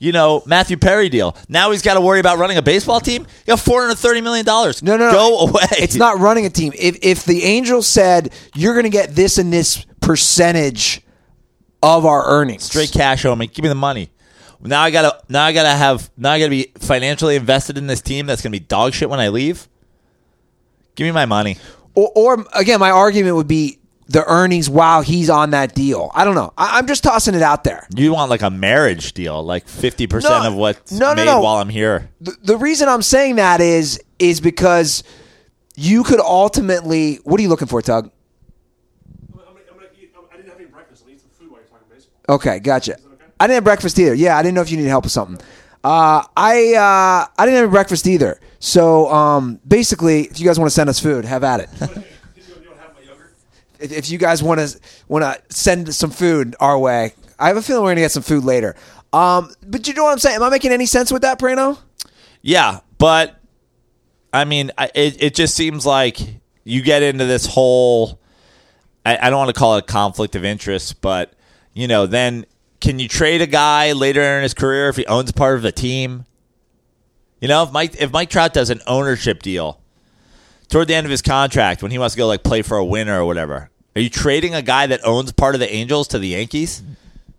C: you know, Matthew Perry deal. Now he's got to worry about running a baseball team. You got 430 million dollars.
B: No, no, no.
C: Go away.
B: It's not running a team. If if the Angels said you're going to get this and this percentage of our earnings,
C: straight cash, homie. Give me the money. Now I gotta now I gotta have now I gotta be financially invested in this team that's gonna be dog shit when I leave. Give me my money.
B: or, or again, my argument would be the earnings while he's on that deal. I don't know. I, I'm just tossing it out there.
C: You want like a marriage deal, like fifty percent
B: No,
C: of what's
B: no, no,
C: made
B: no.
C: while I'm here.
B: the, the reason I'm saying that is is because you could ultimately. What are you looking for, Tug? Okay, gotcha. I didn't have breakfast either. Yeah, I didn't know if you needed help with something. Uh, I uh, I didn't have breakfast either. So um, basically, if you guys want to send us food, have at it. if, if you guys want to want to send some food our way, I have a feeling we're gonna get some food later. Um, but you know what I'm saying? Am I making any sense with that, Prano?
C: Yeah, but I mean, I, it it just seems like you get into this whole. I, I don't want to call it a conflict of interest, but you know, then can you trade a guy later in his career if he owns part of a team? You know, if Mike if Mike Trout does an ownership deal toward the end of his contract when he wants to go like play for a winner or whatever, are you trading a guy that owns part of the Angels to the Yankees?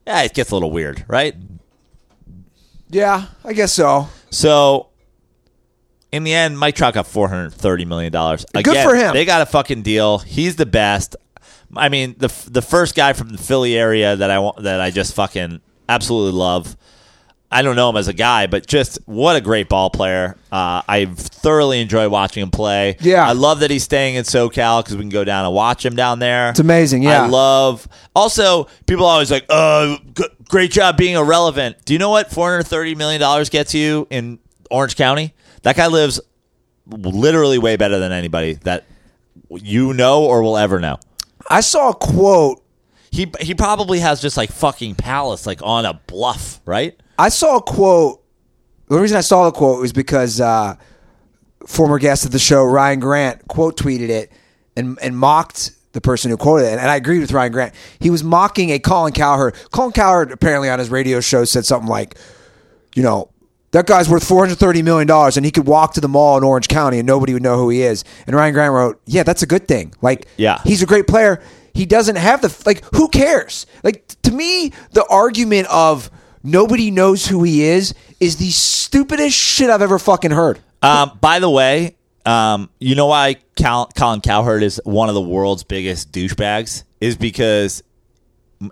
C: Yeah, it gets a little weird, right?
B: Yeah, I guess so.
C: So in the end, Mike Trout got four hundred thirty million dollars.
B: for him.
C: They got a fucking deal. He's the best. I mean, the the first guy from the Philly area that I want that I just fucking absolutely love. I don't know him as a guy, but just what a great ball player. Uh, I thoroughly enjoy watching him play.
B: Yeah.
C: I love that he's staying in SoCal because we can go down and watch him down there.
B: It's amazing, yeah.
C: I love. Also, people are always like, "Uh, g- great job being irrelevant." Do you know what four hundred thirty million dollars gets you in Orange County? That guy lives literally way better than anybody that you know or will ever know.
B: I saw a quote.
C: He he probably has just like fucking palace like on a bluff, right?
B: I saw a quote. The reason I saw the quote was because uh, former guest of the show, Ryan Grant, quote tweeted it and, and mocked the person who quoted it. And, I agreed with Ryan Grant. He was mocking a Colin Cowherd. Colin Cowherd apparently on his radio show said something like, you know, that guy's worth $430 million and he could walk to the mall in Orange County and nobody would know who he is. And Ryan Grant wrote, yeah, that's a good thing. Like,
C: Yeah.
B: he's a great player. He doesn't have the, like, who cares? Like, t- to me, the argument of nobody knows who he is is the stupidest shit I've ever fucking heard.
C: Um, by the way, um, you know why Cal- Colin Cowherd is one of the world's biggest douchebags? Is because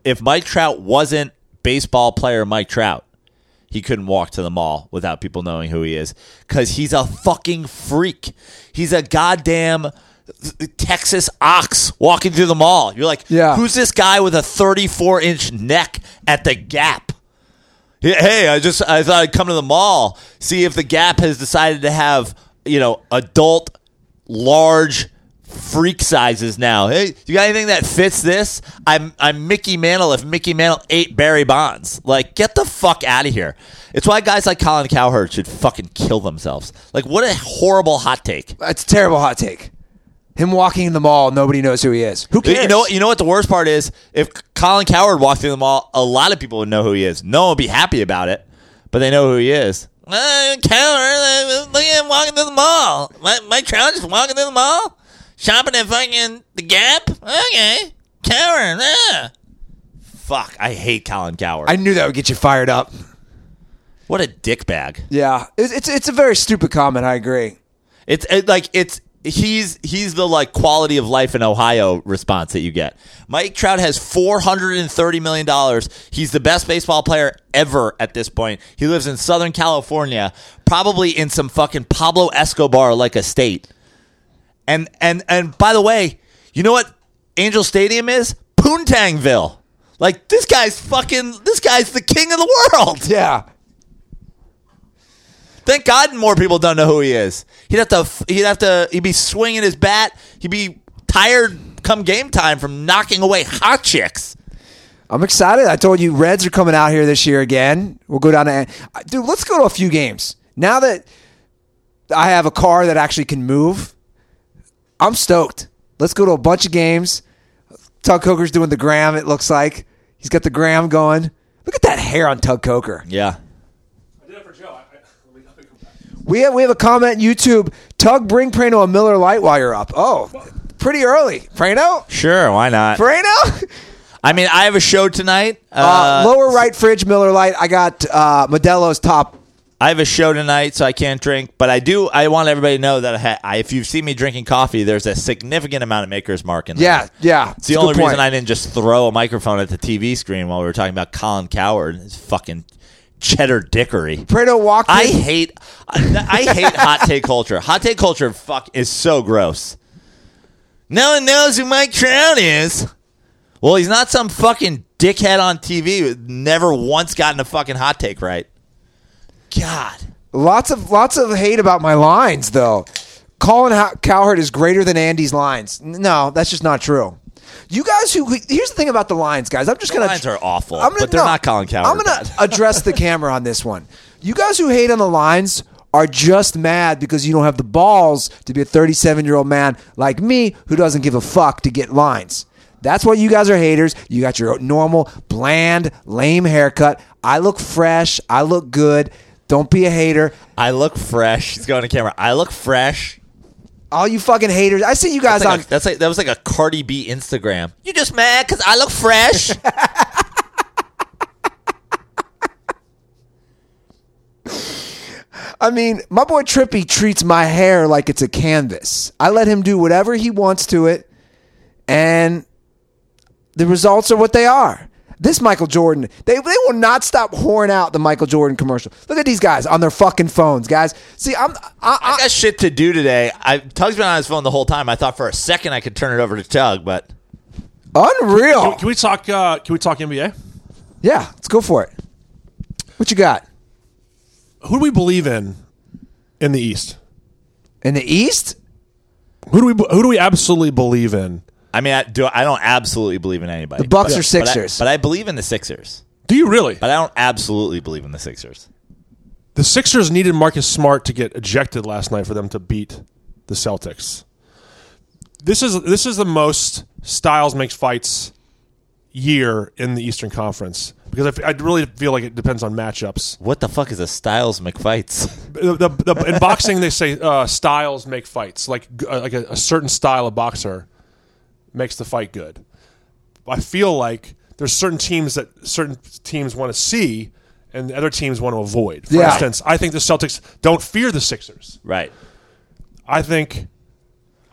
C: if Mike Trout wasn't baseball player Mike Trout, he couldn't walk to the mall without people knowing who he is because he's a fucking freak. He's a goddamn Texas ox walking through the mall. You're like,
B: Yeah.
C: who's this guy with a 34 inch neck at the gap? Yeah, Hey, I just I thought I'd come to the mall see if the Gap has decided to have you know adult large freak sizes now. Hey, you got anything that fits this? I'm I'm Mickey Mantle if Mickey Mantle ate Barry Bonds. Like, get the fuck out of here. It's why guys like Colin Cowherd should fucking kill themselves. Like, what a horrible hot take.
B: It's a terrible hot take. Him walking in the mall, nobody knows who he is. Who cares?
C: You know, you know what the worst part is? If Colin Coward walked through the mall, a lot of people would know who he is. No one would be happy about it, but they know who he is. Uh, Coward, uh, look at him walking through the mall. My, my child just walking through the mall, shopping at fucking the Gap. Okay, Coward. Uh. Fuck, I hate Colin Coward.
B: I knew that would get you fired up.
C: what a dickbag.
B: Yeah, it's it's, it's a very stupid comment. I agree.
C: It's it, like it's he's he's the like quality of life in Ohio response that you get. Mike Trout has four hundred and thirty million dollars. He's the best baseball player ever at this point. He lives in Southern California, probably in some fucking Pablo Escobar like estate. And and and by the way, you know what Angel Stadium is? Poontangville. Like this guy's fucking this guy's the king of the world.
B: Yeah,
C: Thank God more people don't know who he is. He'd have to. He'd have to. He'd be swinging his bat. He'd be tired come game time from knocking away hot chicks.
B: I'm excited. I told you, Reds are coming out here this year again. We'll go down to dude. Let's go to a few games now that I have a car that actually can move. I'm stoked. Let's go to a bunch of games. Tug Coker's doing the gram. It looks like he's got the gram going. Look at that hair on Tug Coker.
C: Yeah.
D: I did it for Joe. I, I, let me, let me come back.
B: We have we have a comment on YouTube. Tug, bring Prano a Miller Light while you're up. Oh, pretty early. Prano,
C: Sure. Why not?
B: Prano.
C: I mean, I have a show tonight.
B: Uh,
C: Uh,
B: lower right fridge Miller Light. I got uh, Modelo's top.
C: I have a show tonight, so I can't drink. But I do. I want everybody to know that I ha- I, if you've seen me drinking coffee, there's a significant amount of Maker's Mark in there.
B: Yeah, yeah.
C: It's the
B: a
C: only
B: good point.
C: reason I didn't just throw a microphone at the TV screen while we were talking about Colin Coward. It's fucking cheddar dickery.
B: Prano walked.
C: I
B: in-
C: hate I I hate hot take culture. Hot take culture fuck is so gross. No one knows who Mike Trout is. Well, he's not some fucking dickhead on TV who never once gotten a fucking hot take right. God.
B: lots of lots of hate about my lines though. Colin How- Cowherd is greater than Andy's lines. N- No, that's just not true. You guys who who- here's the thing about the lines, guys. I'm just
C: The
B: gonna
C: lines are awful,
B: I'm gonna-
C: but they're
B: no,
C: not Colin Cowherd.
B: I'm gonna address the camera on this one. You guys who hate on the lines are just mad because you don't have the balls to be a 37 year old man like me who doesn't give a fuck to get lines. That's why you guys are haters. You got your normal, bland, lame haircut. I look fresh. I look good. Don't be a hater.
C: I look fresh. He's going to camera. I look fresh.
B: All you fucking haters. I see you guys
C: That's like,
B: on.
C: a- that's like that was like a Cardi B Instagram. You just mad cuz I look fresh?
B: I mean, my boy Trippy treats my hair like it's a canvas. I let him do whatever he wants to it, and the results are what they are. This Michael Jordan, they, they will not stop whoring out the Michael Jordan commercial. Look at these guys on their fucking phones, guys. See, I'm I, I,
C: I got shit to do today. I Tug's been on his phone the whole time. I thought for a second I could turn it over to Tug, but
B: unreal.
D: Can we talk? Uh, can we talk NBA?
B: Yeah, let's go for it. What you got
D: Who do we believe in in the East?
B: in the East?
D: Who do we who do we absolutely believe in?
C: I mean, I do. I don't absolutely believe in anybody.
B: The Bucks
C: but-
B: or Sixers?
C: but I, but I believe in the Sixers.
D: Do you really?
C: But I don't absolutely believe in the Sixers.
D: The Sixers needed Marcus Smart to get ejected last night for them to beat the Celtics. This is this is the most Styles makes fights year in the Eastern Conference because I, f- I really feel like it depends on matchups.
C: What the fuck is a Styles McFights?
D: The, the, the- in boxing, they say uh, styles make fights. Like g- uh, like a, a certain style of boxer makes the fight good. I feel like there's certain teams that certain teams want to see, and other teams want to avoid. For
B: Yeah.
D: instance, I think the Celtics don't fear the Sixers.
C: right.
D: I think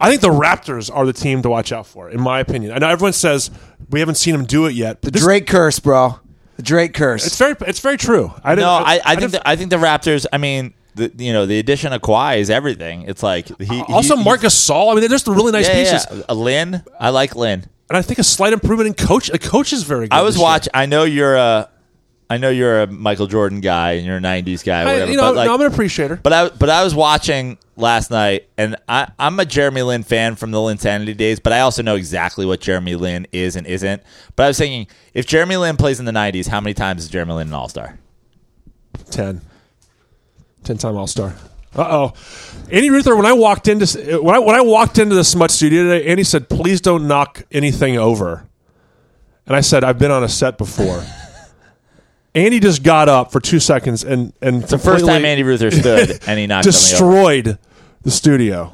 D: I think the Raptors are the team to watch out for, in my opinion. I know everyone says we haven't seen them do it yet.
B: The Drake curse, bro. The Drake curse.
D: It's very it's very true. I
C: No, I, I
D: didn't-
C: think the, I think the Raptors. I mean, the, you know, the addition of Kawhi is everything. It's like he
D: also
C: he-
D: Marcus Saul. I mean, they're just really
C: he-
D: nice
C: yeah,
D: pieces.
C: yeah. Uh, Lynn, I like Lynn.
D: and I think a slight improvement in coach. A coach is very. good
C: I was
D: this year.
C: watch. I know you're a, I know you're a Michael Jordan guy and you're a '90s guy.
D: I-
C: Whatever,
D: you know,
C: but like,
D: no, I'm an appreciator.
C: But I but I was watching last night, and I I'm a Jeremy Lin fan from the Linsanity days, but I also know exactly what Jeremy Lin is and isn't. But I was thinking, if Jeremy Lin plays in the '90s, how many times is Jeremy Lin an All Star?
D: Ten. Ten time All Star. Uh oh, Andy Ruther. When I walked into uh, when I when I walked into the Smut Studio today, Andy said, "Please don't knock anything over," and I said, "I've been on a set before." Andy just got up for two seconds and and
C: The first time Andy Ruther stood, and he knocked something over.
D: destroyed the studio.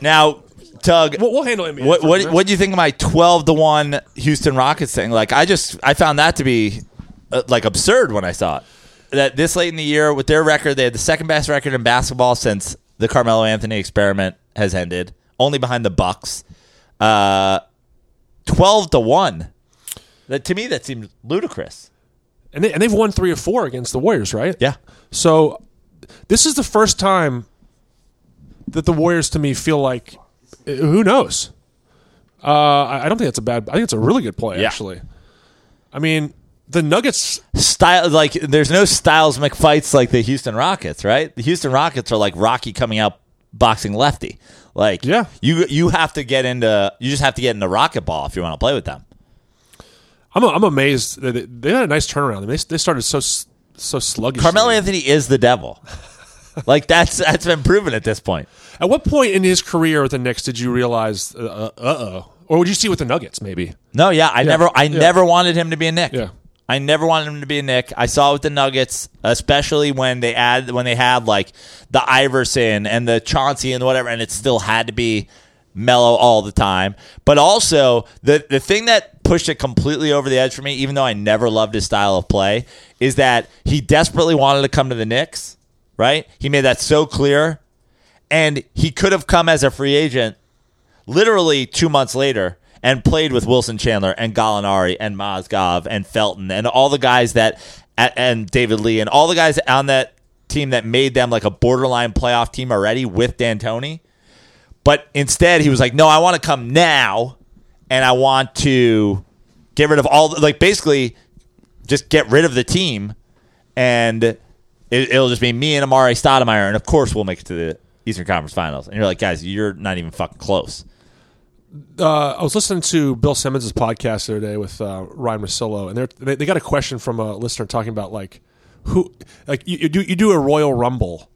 C: Now, Tug,
D: We'll, we'll handle NBA.
C: what
D: for
C: what
D: the
C: what do you think of my twelve to one Houston Rockets thing? Like, I just I found that to be uh, like absurd when I saw it. That this late in the year with their record, they had the second best record in basketball since the Carmelo Anthony experiment has ended, only behind the Bucks. Uh, twelve to one. That to me that seemed ludicrous.
D: and, they, and they've won three or four against the Warriors, right?
C: Yeah.
D: So this is the first time that the Warriors to me feel like eh, who knows. Uh, I I don't think that's a bad. I think it's a really good play
C: Yeah.
D: actually. I mean, the Nuggets.
C: Style like there's no Styles McFights like the Houston Rockets, right? The Houston Rockets are like Rocky coming out boxing lefty. Like
D: Yeah.
C: you you have to get into you just have to get into rocket ball if you want to play with them.
D: I'm I'm amazed. that They, they had a nice turnaround. I mean, they they started so s- so sluggish.
C: Carmelo Anthony is the devil. like that's that's been proven at this point.
D: At what point in his career with the Knicks did you realize uh uh oh, or would you see with the Nuggets maybe?
C: No, yeah, I never I never wanted him to be a Nick.
D: Yeah.
C: I never wanted him to be a Nick. I saw it with the Nuggets, especially when they add when they had like the Iverson and the Chauncey and whatever, and it still had to be mellow all the time. But also the the thing that pushed it completely over the edge for me, even though I never loved his style of play, is that he desperately wanted to come to the Knicks. Right? He made that so clear. And he could have come as a free agent literally two months later and played with Wilson Chandler and Gallinari and Mozgov and Felton and all the guys that a- and David Lee and all the guys on that team that made them like a borderline playoff team already with D'Antoni. But instead, he was like, "No, I want to come now, and I want to get rid of all the- like basically just get rid of the team, and it, it'll just be me and Amari Stoudemire, and of course we'll make it to the Eastern Conference Finals." And you're like, "Guys, you're not even fucking close."
D: uh, I was listening to Bill Simmons' podcast the other day with uh, Ryan Rosillo, and they're- they they got a question from a listener talking about like who like you, you do you do a Royal Rumble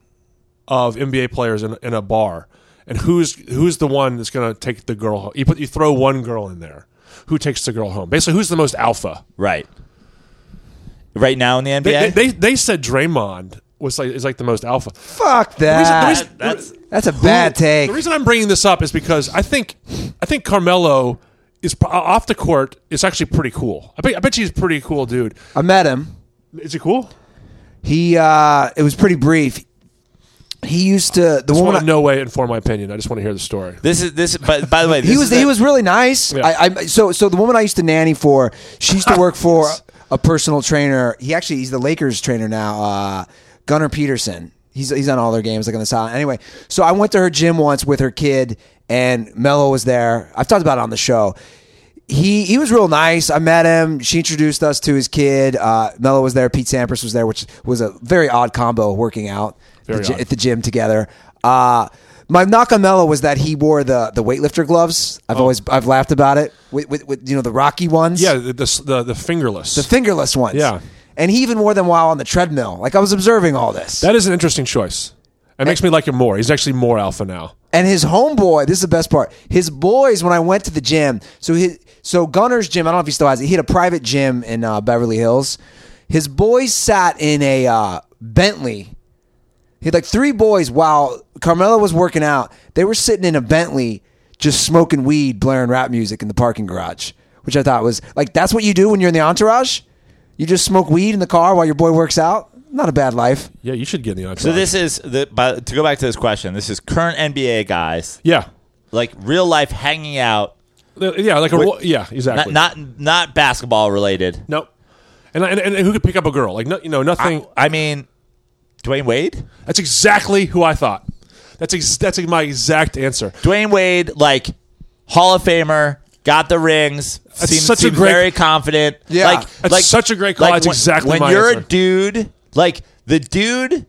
D: of NBA players in, in a bar, and who's who's the one that's going to take the girl home? You put you throw one girl in there, who takes the girl home? Basically, who's the most alpha?
C: Right. Right now in the NBA,
D: They they, they, they said Draymond was like is like the most alpha.
B: Fuck
D: The reason- the
B: that.
D: reason-
C: that's
B: That's a bad
D: Who-
B: take.
D: The reason I'm bringing this up is because I think I think Carmelo is pro- uh, off the court is actually pretty cool. I bet, I bet you he's a pretty cool dude.
B: I met him.
D: Is he cool?
B: He uh it was pretty brief. He used to the
D: I
B: woman.
D: want
B: I-
D: to no way inform my opinion. I just want to hear the story.
C: This is this. But by the way,
B: he was he was really nice.
D: Yeah.
B: I, I so so the woman I used to nanny for, she used to work for a personal trainer. He actually he's the Lakers trainer now, uh, Gunnar Peterson. He's he's on all their games like on the side. Anyway, so I went to her gym once with her kid, and Mello was there. I've talked about it on the show. He he was real nice. I met him. She introduced us to his kid. Uh, Mello was there. Pete Sampras was there, which was a very odd combo working out the
D: Very
B: gy-
D: odd.
B: at the gym together. Uh, my knock on Mello was that he wore the the weightlifter gloves. I've always I've laughed about it with, with, with you know the rocky ones,
D: Oh. Yeah, the the, the, the fingerless.
B: the fingerless ones.
D: Yeah.
B: and he even wore them while on the treadmill. Like I was observing all this,
D: that is an interesting choice. It makes me like him more. He's actually more alpha now.
B: and his homeboy. This is the best part. His boys when I went to the gym. So his so Gunner's gym. I don't know if he still has it. He had a private gym in uh, Beverly Hills. His boys sat in a uh, Bentley He had like three boys while Carmelo was working out. They were sitting in a Bentley just smoking weed, blaring rap music in the parking garage, which I thought was like, that's what you do when you're in the entourage? You just smoke weed in the car while your boy works out? Not a bad life.
D: Yeah, you should get in the entourage.
C: So this is the. But to go back to this question, this is current NBA guys
D: yeah,
C: like real life hanging out,
D: yeah, like a ro- yeah,
C: not
D: exactly.
C: not, not basketball related.
D: nope. And, and and who could pick up a girl? Like no, you know nothing.
C: I mean, Dwayne Wade.
D: That's exactly who I thought. That's ex- that's my exact answer.
C: Dwayne Wade, like Hall of Famer, got the rings.
D: That's
C: seemed,
D: such a
C: seemed
D: great-
C: very confident.
B: Yeah.
C: like,
D: That's
C: like-
D: such a great call. That's
C: when-
D: exactly
C: when
D: my
C: you're a
D: answer.
C: dude. Like the dude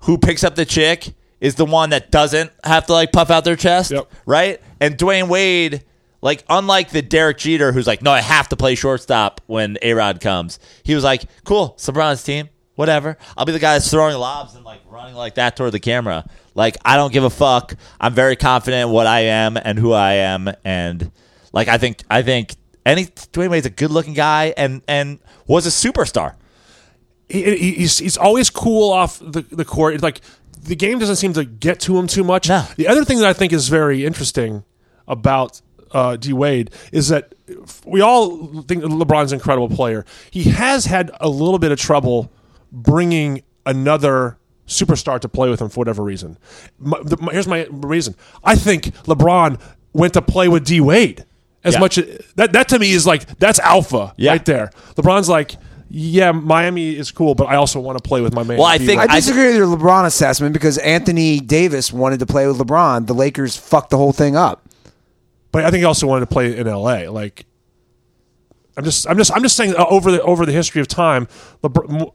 C: who picks up the chick is the one that doesn't have to like puff out their chest,
D: Yep.
C: right? And Dwayne Wade. Like unlike the Derek Jeter, who's like, no, I have to play shortstop when A Rod comes. He was like, cool, LeBron's team, whatever. I'll be the guy that's throwing lobs and like running like that toward the camera. Like I don't give a fuck. I'm very confident in what I am and who I am, and like I think I think any Dwayne Wade's a good looking guy and and was a superstar.
D: He, he- he's he's always cool off the the court. It's Like the game doesn't seem to get to him too much.
C: No.
D: The other thing that I think is very interesting about uh, D Wade is that we all think that LeBron's an incredible player. He has had a little bit of trouble bringing another superstar to play with him for whatever reason. My, the, my, here's my reason. I think LeBron went to play with D Wade as
C: Yeah.
D: much that that to me is like that's alpha
C: Yeah.
D: right there. LeBron's like, yeah, Miami is cool, but I also want to play with my man.
C: Well, I
D: D.
C: think-
D: Wade."
B: I disagree with your LeBron assessment because Anthony Davis wanted to play with LeBron. The Lakers fucked the whole thing up.
D: but I think he also wanted to play in L.A. Like, I'm just, I'm just, I'm just saying uh, over the over the history of time, LeBron.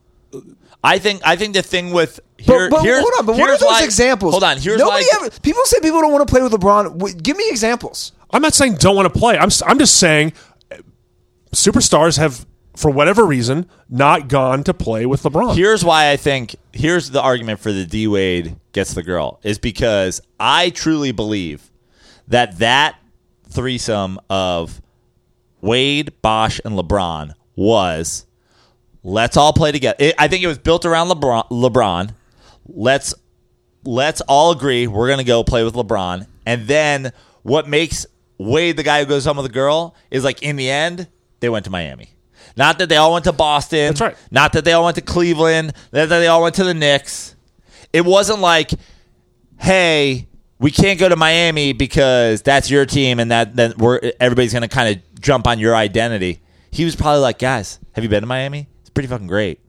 C: I think I think the thing with here,
B: But, but
C: here's,
B: hold on, but what
C: here's
B: are those
C: why-
B: examples?
C: Hold on, here's
B: Nobody
C: why,
B: ever, people say people don't want to play with LeBron. W- Give me examples.
D: I'm not saying don't want to play. I'm, s- I'm just saying uh, superstars have, for whatever reason, not gone to play with LeBron.
C: Here's why I think here's the argument for the D Wade gets the girl is because I truly believe that that threesome of Wade, Bosch, and LeBron was let's all play together. It, I think it was built around LeBron. LeBron. Let's let's all agree we're gonna go play with LeBron, and then what makes Wade the guy who goes home with a girl is like in the end they went to Miami. Not that they all went to Boston.
D: That's right.
C: Not that they all went to Cleveland. Not that they all went to the Knicks. It wasn't like, hey, we can't go to Miami because that's your team and that then we're everybody's gonna kind of jump on your identity. He was probably like, guys, have you been to Miami? It's pretty fucking great.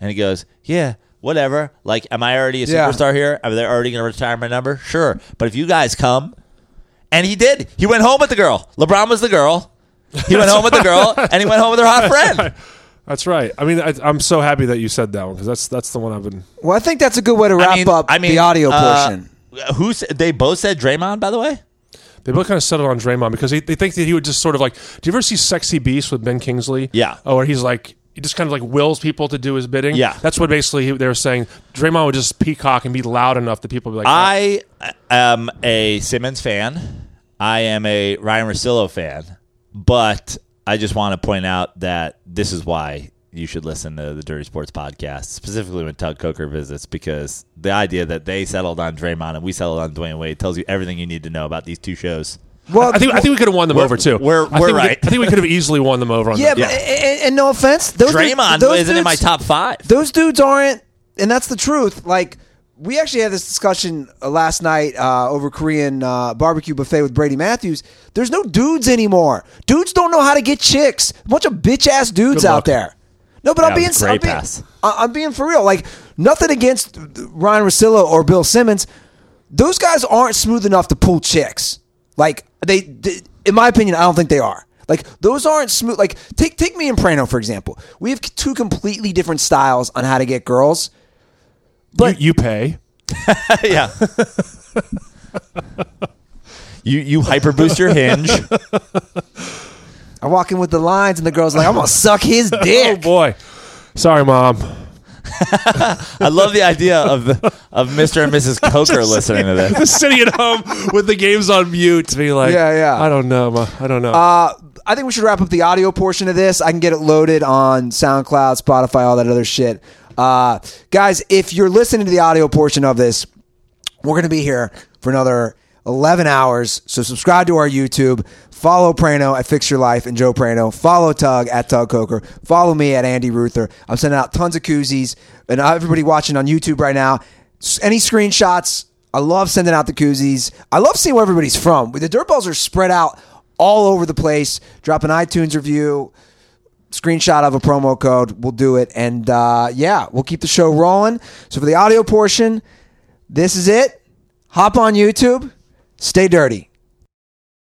C: And he goes, yeah, whatever. Like, am I already a
B: Yeah.
C: superstar here? Are they already gonna retire my number? Sure, but if you guys come, and he did. He went home with the girl. LeBron was the girl. He went home with the girl, and he went home with her hot friend.
D: That's right. I mean, I, I'm so happy that you said that one because that's that's the one I've been.
B: Well, I think that's a good way to wrap up the audio
C: uh,
B: portion.
C: Who s- they both said Draymond, by the way.
D: They both kind of settled on Draymond because they, they think that he would just sort of like. Do you ever see Sexy Beast with Ben Kingsley?
C: Yeah.
D: Oh, where he's like. He just kind of like wills people to do his bidding.
C: Yeah.
D: that's what basically he, they were saying. Draymond would just peacock and be loud enough that people would be like,
C: I am a Simmons fan. I am a Ryan Rosillo fan, but I just want to point out that this is why you should listen to the Dirty Sports podcast, specifically when Tug Coker visits, because the idea that they settled on Draymond and we settled on Dwayne Wade tells you everything you need to know about these two shows.
B: Well,
D: I think I think we could have won them over too.
C: we're-
D: I
C: we're
D: think we
C: right.
D: could- I think we could have easily won them over on
B: Yeah,
D: that.
B: But, and, and no offense, those
C: Draymond
B: dudes, those
C: isn't in my
B: dudes-
C: top five.
B: Those dudes aren't, and that's the truth. Like we actually had this discussion uh, last night uh, over Korean uh, barbecue buffet with Brady Matthews. There's no dudes anymore. Dudes don't know how to get chicks. A bunch of bitch ass dudes
D: Good
B: out
D: luck.
B: there. No, but
C: That
B: I'm being,
C: was a great
B: I'm, being
C: pass.
B: I- I'm being for real. Like nothing against Ryan Rosillo or Bill Simmons. Those guys aren't smooth enough to pull chicks. Like they, they in my opinion, I don't think they are. Like those aren't smooth. Like take take me and Prano for example. We have two completely different styles on how to get girls.
D: But you, you pay.
C: yeah. you you hyper boost your hinge.
B: I walk in with the lines, and the girl's like, "I'm gonna suck his
D: Oh
B: dick."
D: boy. Sorry, mom.
C: I love the idea of of Mr. and Mrs. Coker listening to this.
D: Just sitting at home with the games on mute, being like,
B: Yeah, yeah.
D: I don't know, ma. I don't know.
B: Uh, I think we should wrap up the audio portion of this. I can get it loaded on SoundCloud, Spotify, all that other shit. Uh, guys, if you're listening to the audio portion of this, we're going to be here for another 11 hours. So subscribe to our YouTube. Follow Prano at Fix Your Life and Joe Prano. Follow Tug at Tug Coker. Follow me at Andy Ruther. I'm sending out tons of koozies. And everybody watching on YouTube right now, s- any screenshots, I love sending out the koozies. I love seeing where everybody's from. The dirtballs are spread out all over the place. Drop an iTunes review, screenshot of a promo code. We'll do it. And uh, yeah, we'll keep the show rolling. So for the audio portion, this is it. Hop on YouTube. Stay dirty.